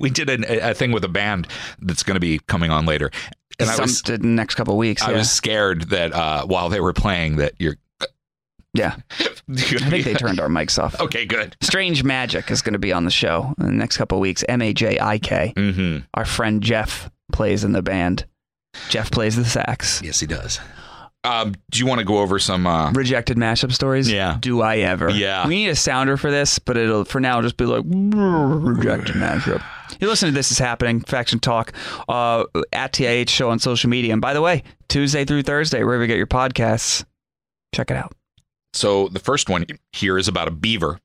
D: we did an, a thing with a band that's going to be coming on later, and I
C: some
D: was
C: in the next couple of weeks.
D: I
C: yeah.
D: was scared that uh, while they were playing that you're.
C: yeah, I think they turned our mics off.
D: okay, good.
C: Strange Magic is going to be on the show in the next couple of weeks. M A J I K.
D: Mm-hmm.
C: Our friend Jeff plays in the band. Jeff plays the sax.
D: Yes, he does. Um, do you want to go over some? Uh,
C: Rejected mashup stories.
D: Yeah.
C: Do I ever?
D: Yeah.
C: We need a sounder for this, but it'll for now just be like rejected mashup. You listen to this is happening faction talk uh, at TIH show on social media. And by the way, Tuesday through Thursday, wherever you get your podcasts, check it out.
D: so the first one here is about a beaver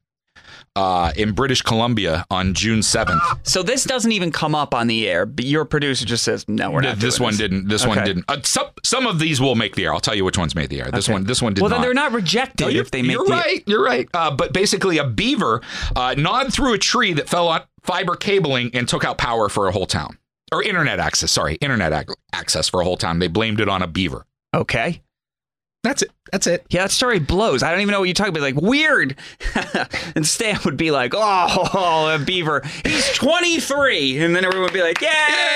D: uh, in British Columbia on June seventh.
C: So this doesn't even come up on the air. But your producer just says no, we're
D: Th-
C: not.
D: this
C: doing
D: one didn't. This one
C: Okay.
D: didn't. Uh, some some of these will make the air. I'll tell you which ones made the air. This
C: Okay.
D: one. This one did
C: Well,
D: not.
C: then they're not rejected
D: No, you're,
C: if they make
D: you're
C: the
D: right. You're right. Uh, but basically, a beaver uh, gnawed through a tree that fell on fiber cabling and took out power for a whole town or internet access. Sorry, internet ac- access for a whole town. They blamed it on a beaver.
C: Okay.
D: That's it. That's it.
C: Yeah, that story blows. I don't even know what you're talking about. Like weird. and Stan would be like, "Oh, a beaver. He's 23," and then everyone would be like,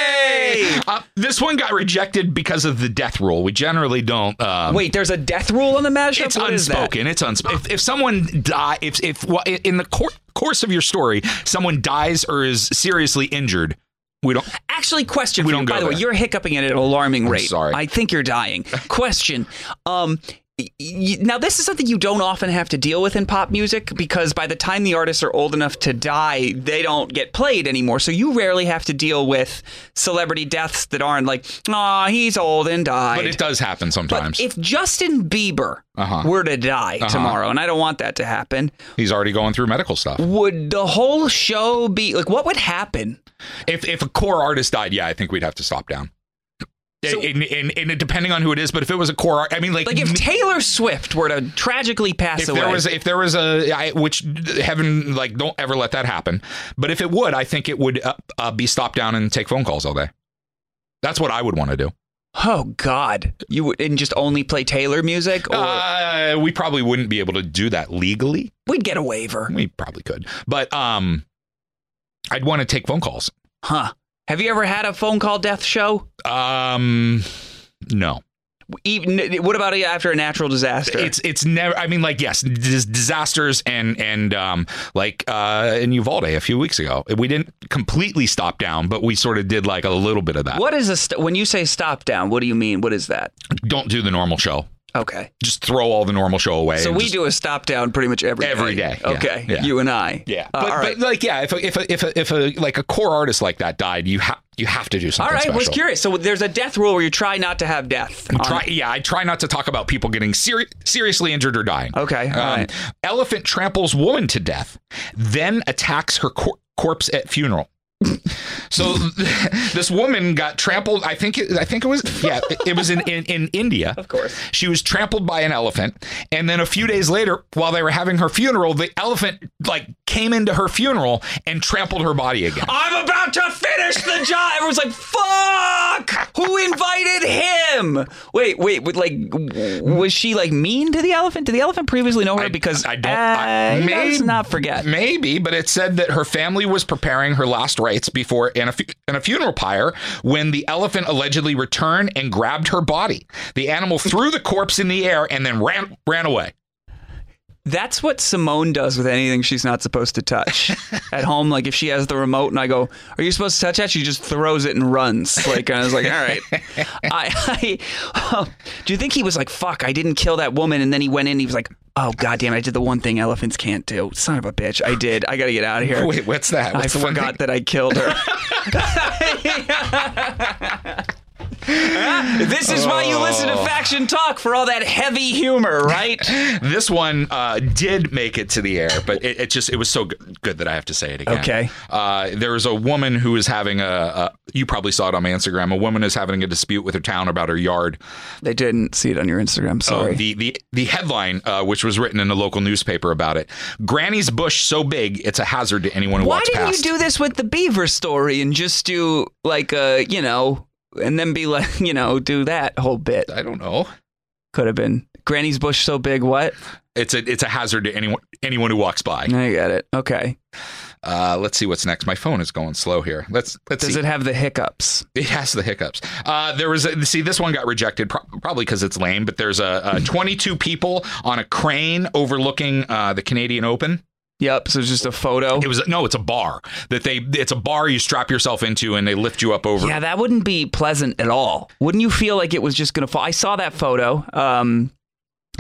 C: "Yay!"
D: Uh, this one got rejected because of the death rule. We generally don't. Um,
C: Wait, there's a death rule on the mashup.
D: It's
C: What is that?
D: unspoken. It's unspoken. If, if someone die, if if well, i- in the cour- course of your story, someone dies or is seriously injured, we don't.
C: Actually, question.
D: We
C: for
D: don't
C: you.
D: go
C: By the way,
D: there.
C: you're hiccuping at an alarming rate.
D: sorry.
C: I think you're dying. Question. Um, y- y- now, this is something you don't often have to deal with in pop music because by the time the artists are old enough to die, they don't get played anymore. So you rarely have to deal with celebrity deaths that aren't like, "Aw, he's old and died."
D: But it does happen
C: But
D: sometimes.
C: if Justin Bieber
D: Uh-huh.
C: were to die tomorrow, and I don't want that to happen,
D: He's already going through medical stuff.
C: would the whole show be like, what would happen?
D: If if a core artist died, yeah, I think we'd have to stop down.
C: So-
D: and, and, and it- depending on who it is, but if it was a core, art, I mean, like,
C: Like if Taylor Swift were to tragically pass
D: if
C: away,
D: there was if there was a I, which heaven like don't ever let that happen. But if it would, I think it would uh, uh, be stopped down and take phone calls all day. That's what I would want to do.
C: oh God, you would and just only play Taylor music, or
D: Uh, we probably wouldn't be able to do that legally.
C: we'd get a waiver,
D: We probably could, but um, I'd want to take phone calls.
C: huh? Have you ever had a phone call death show?
D: Um, no,
C: Even what about after a natural disaster?
D: it's it's never. I mean, like yes, dis- disasters and and um, like uh, in Uvalde a few weeks ago, we didn't completely stop down, but we sort of did like a little bit of that.
C: what is a st- when you say stop down? What do you mean? What is that?
D: Don't do the normal show.
C: Okay,
D: Just throw all the normal show away.
C: so
D: and
C: we
D: just-
C: do a stop down pretty much every
D: Every day, yeah,
C: Okay,
D: yeah.
C: you and I.
D: Yeah,
C: Uh,
D: but,
C: all right.
D: but like yeah, if a, if a, if a, if a like a core artist like that died, you have you have to do
C: All
D: something.
C: right,
D: special.
C: was curious. So there's a death rule where you try not to have death. on-
D: Try, yeah, I try not to talk about people getting seri- seriously injured or dying.
C: Okay, all right.
D: Um, Elephant tramples woman to death, then attacks her cor- corpse at funeral. so this woman got trampled. I think it, I think it was yeah, it, it was in, in in India. Of
C: course.
D: she was trampled by an elephant, and then a few days later, while they were having her funeral, the elephant like came into her funeral and trampled her body again.
C: I'm about to finish the job. Everyone's like, "Fuck! Who invited him?" Wait, wait, wait, like, w- was she like mean to the elephant? Did the elephant previously know her?
D: I-
C: because
D: I don't- I-
C: Uh,
D: maybe-
C: let's not forget.
D: Maybe, but it said that her family was preparing her last rites before in a, fu- in a funeral pyre when the elephant allegedly returned and grabbed her body. The animal threw the corpse in the air and then ran ran away.
C: That's what Simone does with anything she's not supposed to touch at home. Like if she has the remote and I go, "Are you supposed to touch that?" She just throws it and runs. Like I was like, "All right." I, I um, do you think he was like, "Fuck, I didn't kill that woman," and then he went in. and He was like, "Oh goddamn, I did the one thing elephants can't do. Son of a bitch, I did. I gotta get out of here."
D: Wait, what's that?
C: I
D: What's the one
C: forgot
D: thing-
C: that I killed her. this is why you listen
D: Oh.
C: to Faction Talk for all that heavy humor, right?
D: This one uh, did make it to the air, but it, it just it was so g- good that I have to say it again.
C: Okay.
D: Uh, there was a woman who was having a, a you probably saw it on my Instagram. A woman is having a dispute with her town about her yard.
C: They didn't see it on your Instagram. Sorry.
D: Oh, Um, the the the headline, uh, which was written in a local newspaper about it, "Granny's bush so big it's a hazard to anyone who
C: Why
D: walks
C: didn't
D: past."
C: you do this with the beaver story and just do like a you know, and then be like you know do that whole bit?
D: I don't know.
C: Could have been Granny's bush so big. What?
D: It's a it's a hazard to anyone anyone who walks by.
C: I get it. Okay.
D: Uh, let's see what's next. My phone is going slow here. Let's let's
C: Does
D: see.
C: it have the hiccups?
D: It has the hiccups. Uh, there was a, see this one got rejected pro- probably because it's
C: Mm.
D: lame. But there's a, a 22 people on a crane overlooking uh, the Canadian Open.
C: Yep. So it's just a photo.
D: It was no, it's a bar that they. It's a bar you strap yourself into, and they lift you up over.
C: Yeah, that wouldn't be pleasant at all. Wouldn't you feel like it was just going to fall? I saw that photo. Um,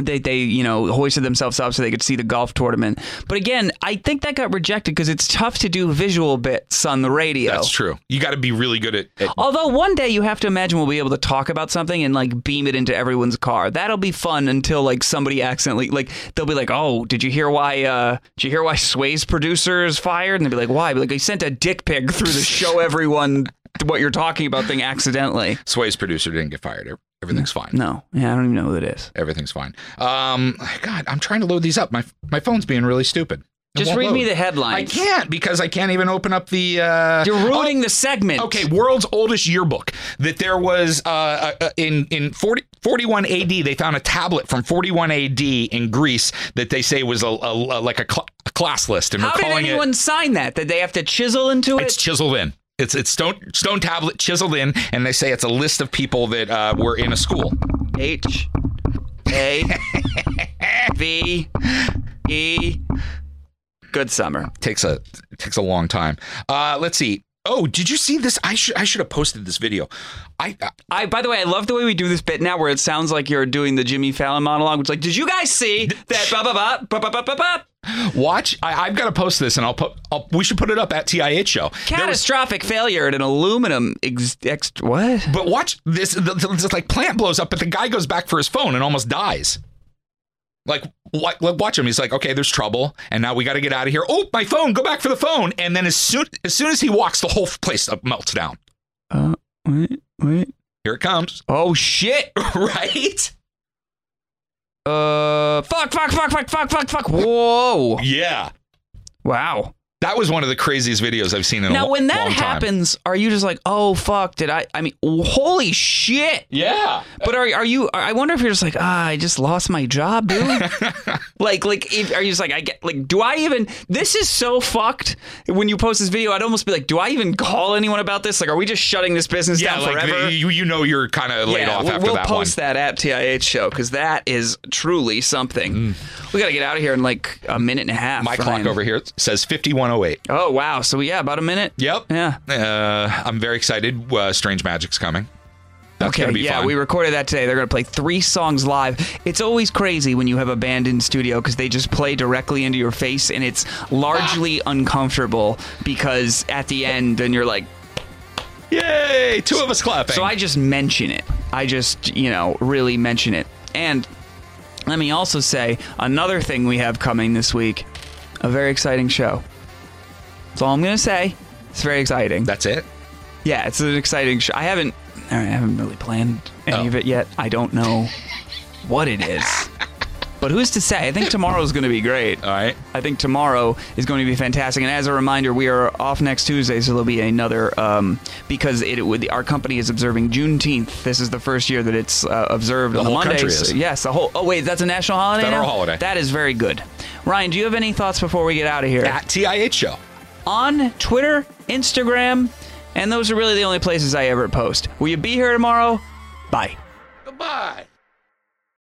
C: they they you know hoisted themselves up so they could see the golf tournament. But again, I think that got rejected because it's tough to do visual bits on the radio.
D: That's true. You got to be really good at. at
C: Although one day you have to imagine we'll be able to talk about something and like beam it into everyone's car. That'll be fun until like somebody accidentally like they'll be like, "Oh, did you hear why? Uh, did you hear why Sway's producer is fired?" And they'll be like, "Why?" Be like, "He sent a dick pic through the show everyone what you're talking about thing accidentally."
D: Sway's producer didn't get fired. Ev- Everything's fine.
C: No, yeah, I don't even know who it is.
D: Everything's fine. Um, God, I'm trying to load these up. My my phone's being really stupid. It
C: Just
D: won't
C: read me
D: load.
C: the
D: I
C: headlines.
D: can't because I can't even open up the. Uh,
C: You're ruining
D: Oh,
C: the segment.
D: Okay, world's oldest yearbook. That there was uh, uh, in in 40, 41 AD, they found a tablet from 41 AD in Greece that they say was a, a- a- like a, cl- a class list, and
C: How
D: we're
C: did
D: calling
C: anyone
D: it.
C: sign that? Did they have to chisel into it?
D: It's chiseled in. It's it's stone stone tablet chiseled in, and they say it's a list of people that uh, were in a school.
C: H A V E. Good summer.
D: takes a takes a long time. Uh, let's see. Oh, did you see this? I should I should have posted this video. I, uh, I
C: I, by the way, I love the way we do this bit now, where it sounds like you're doing the Jimmy Fallon monologue. It's like, did you guys see that? Ba ba ba ba ba ba ba ba.
D: watch. I, I've got to post this, and I'll put. I'll, we should put it up at TIH show. There was-
C: Catastrophic failure at an aluminum ex, ex what?
D: but watch this. The, the, this like plant blows up, but the guy goes back for his phone and almost dies. Like, wa- like watch him. He's like, okay, there's trouble, and now we got to get out of here. Oh, my phone! Go back for the phone. And then as soon as soon as he walks, the whole place up- melts down.
C: Uh, wait, wait.
D: Here it comes,
C: Oh shit!
D: right?
C: Uh, fuck, fuck, fuck, fuck, fuck, fuck, fuck. Whoa!
D: Yeah,
C: Wow.
D: that was one of the craziest videos I've seen in a
C: Now,
D: lo-
C: when that
D: long time.
C: happens, are you just like, oh fuck, did I? I mean, holy shit!
D: Yeah.
C: But are are you? I wonder if you're just like, ah, I just lost my job, dude. like, like, if, are you just like, I get, like, do I even? This is so fucked. When you post this video, I'd almost be like, do I even call anyone about this? Like, are we just shutting this business
D: Yeah,
C: down
D: like
C: forever?
D: the, you, you know you're kind of laid
C: yeah,
D: off
C: we'll,
D: after
C: we'll
D: that
C: post
D: one.
C: that at TIH show because that is truly something. We got to get out of here in like a minute and a half.
D: Mm. My
C: Ryan.
D: clock over here says 5108.
C: Oh wow! So yeah, about a minute.
D: Yep.
C: Yeah.
D: Uh, I'm very excited. Uh, Strange Magic's coming. That's
C: Okay,
D: gonna be
C: yeah,
D: fun.
C: we recorded that today. They're going to play three songs live. It's always crazy when you have a band in studio because they just play directly into your face, and it's largely
D: Ah.
C: uncomfortable because at the end, then you're like,
D: Yay! Two of us clapping.
C: so I just mention it. I just, you know, really mention it. And let me also say another thing we have coming this week a very exciting show. That's all I'm going to say. It's very exciting.
D: That's it.
C: Yeah, it's an exciting show. I haven't, I haven't really planned any
D: Oh.
C: of it yet. I don't know what it is, but who's to say? I think tomorrow's going to be great.
D: All right.
C: I think tomorrow is going to be fantastic. And as a reminder, we are off next Tuesday, so there'll be another um, because it, would our company is observing Juneteenth. This is the first year that it's uh, observed on
D: whole
C: the Mondays.
D: country is.
C: Yes, the whole. Oh wait, that's a national holiday.
D: Federal
C: now?
D: holiday.
C: That is very good. Ryan, do you have any thoughts before we get out of here?
D: At TIH show.
C: on Twitter, Instagram, and those are really the only places I ever post. Will you be here tomorrow? Bye.
D: Goodbye.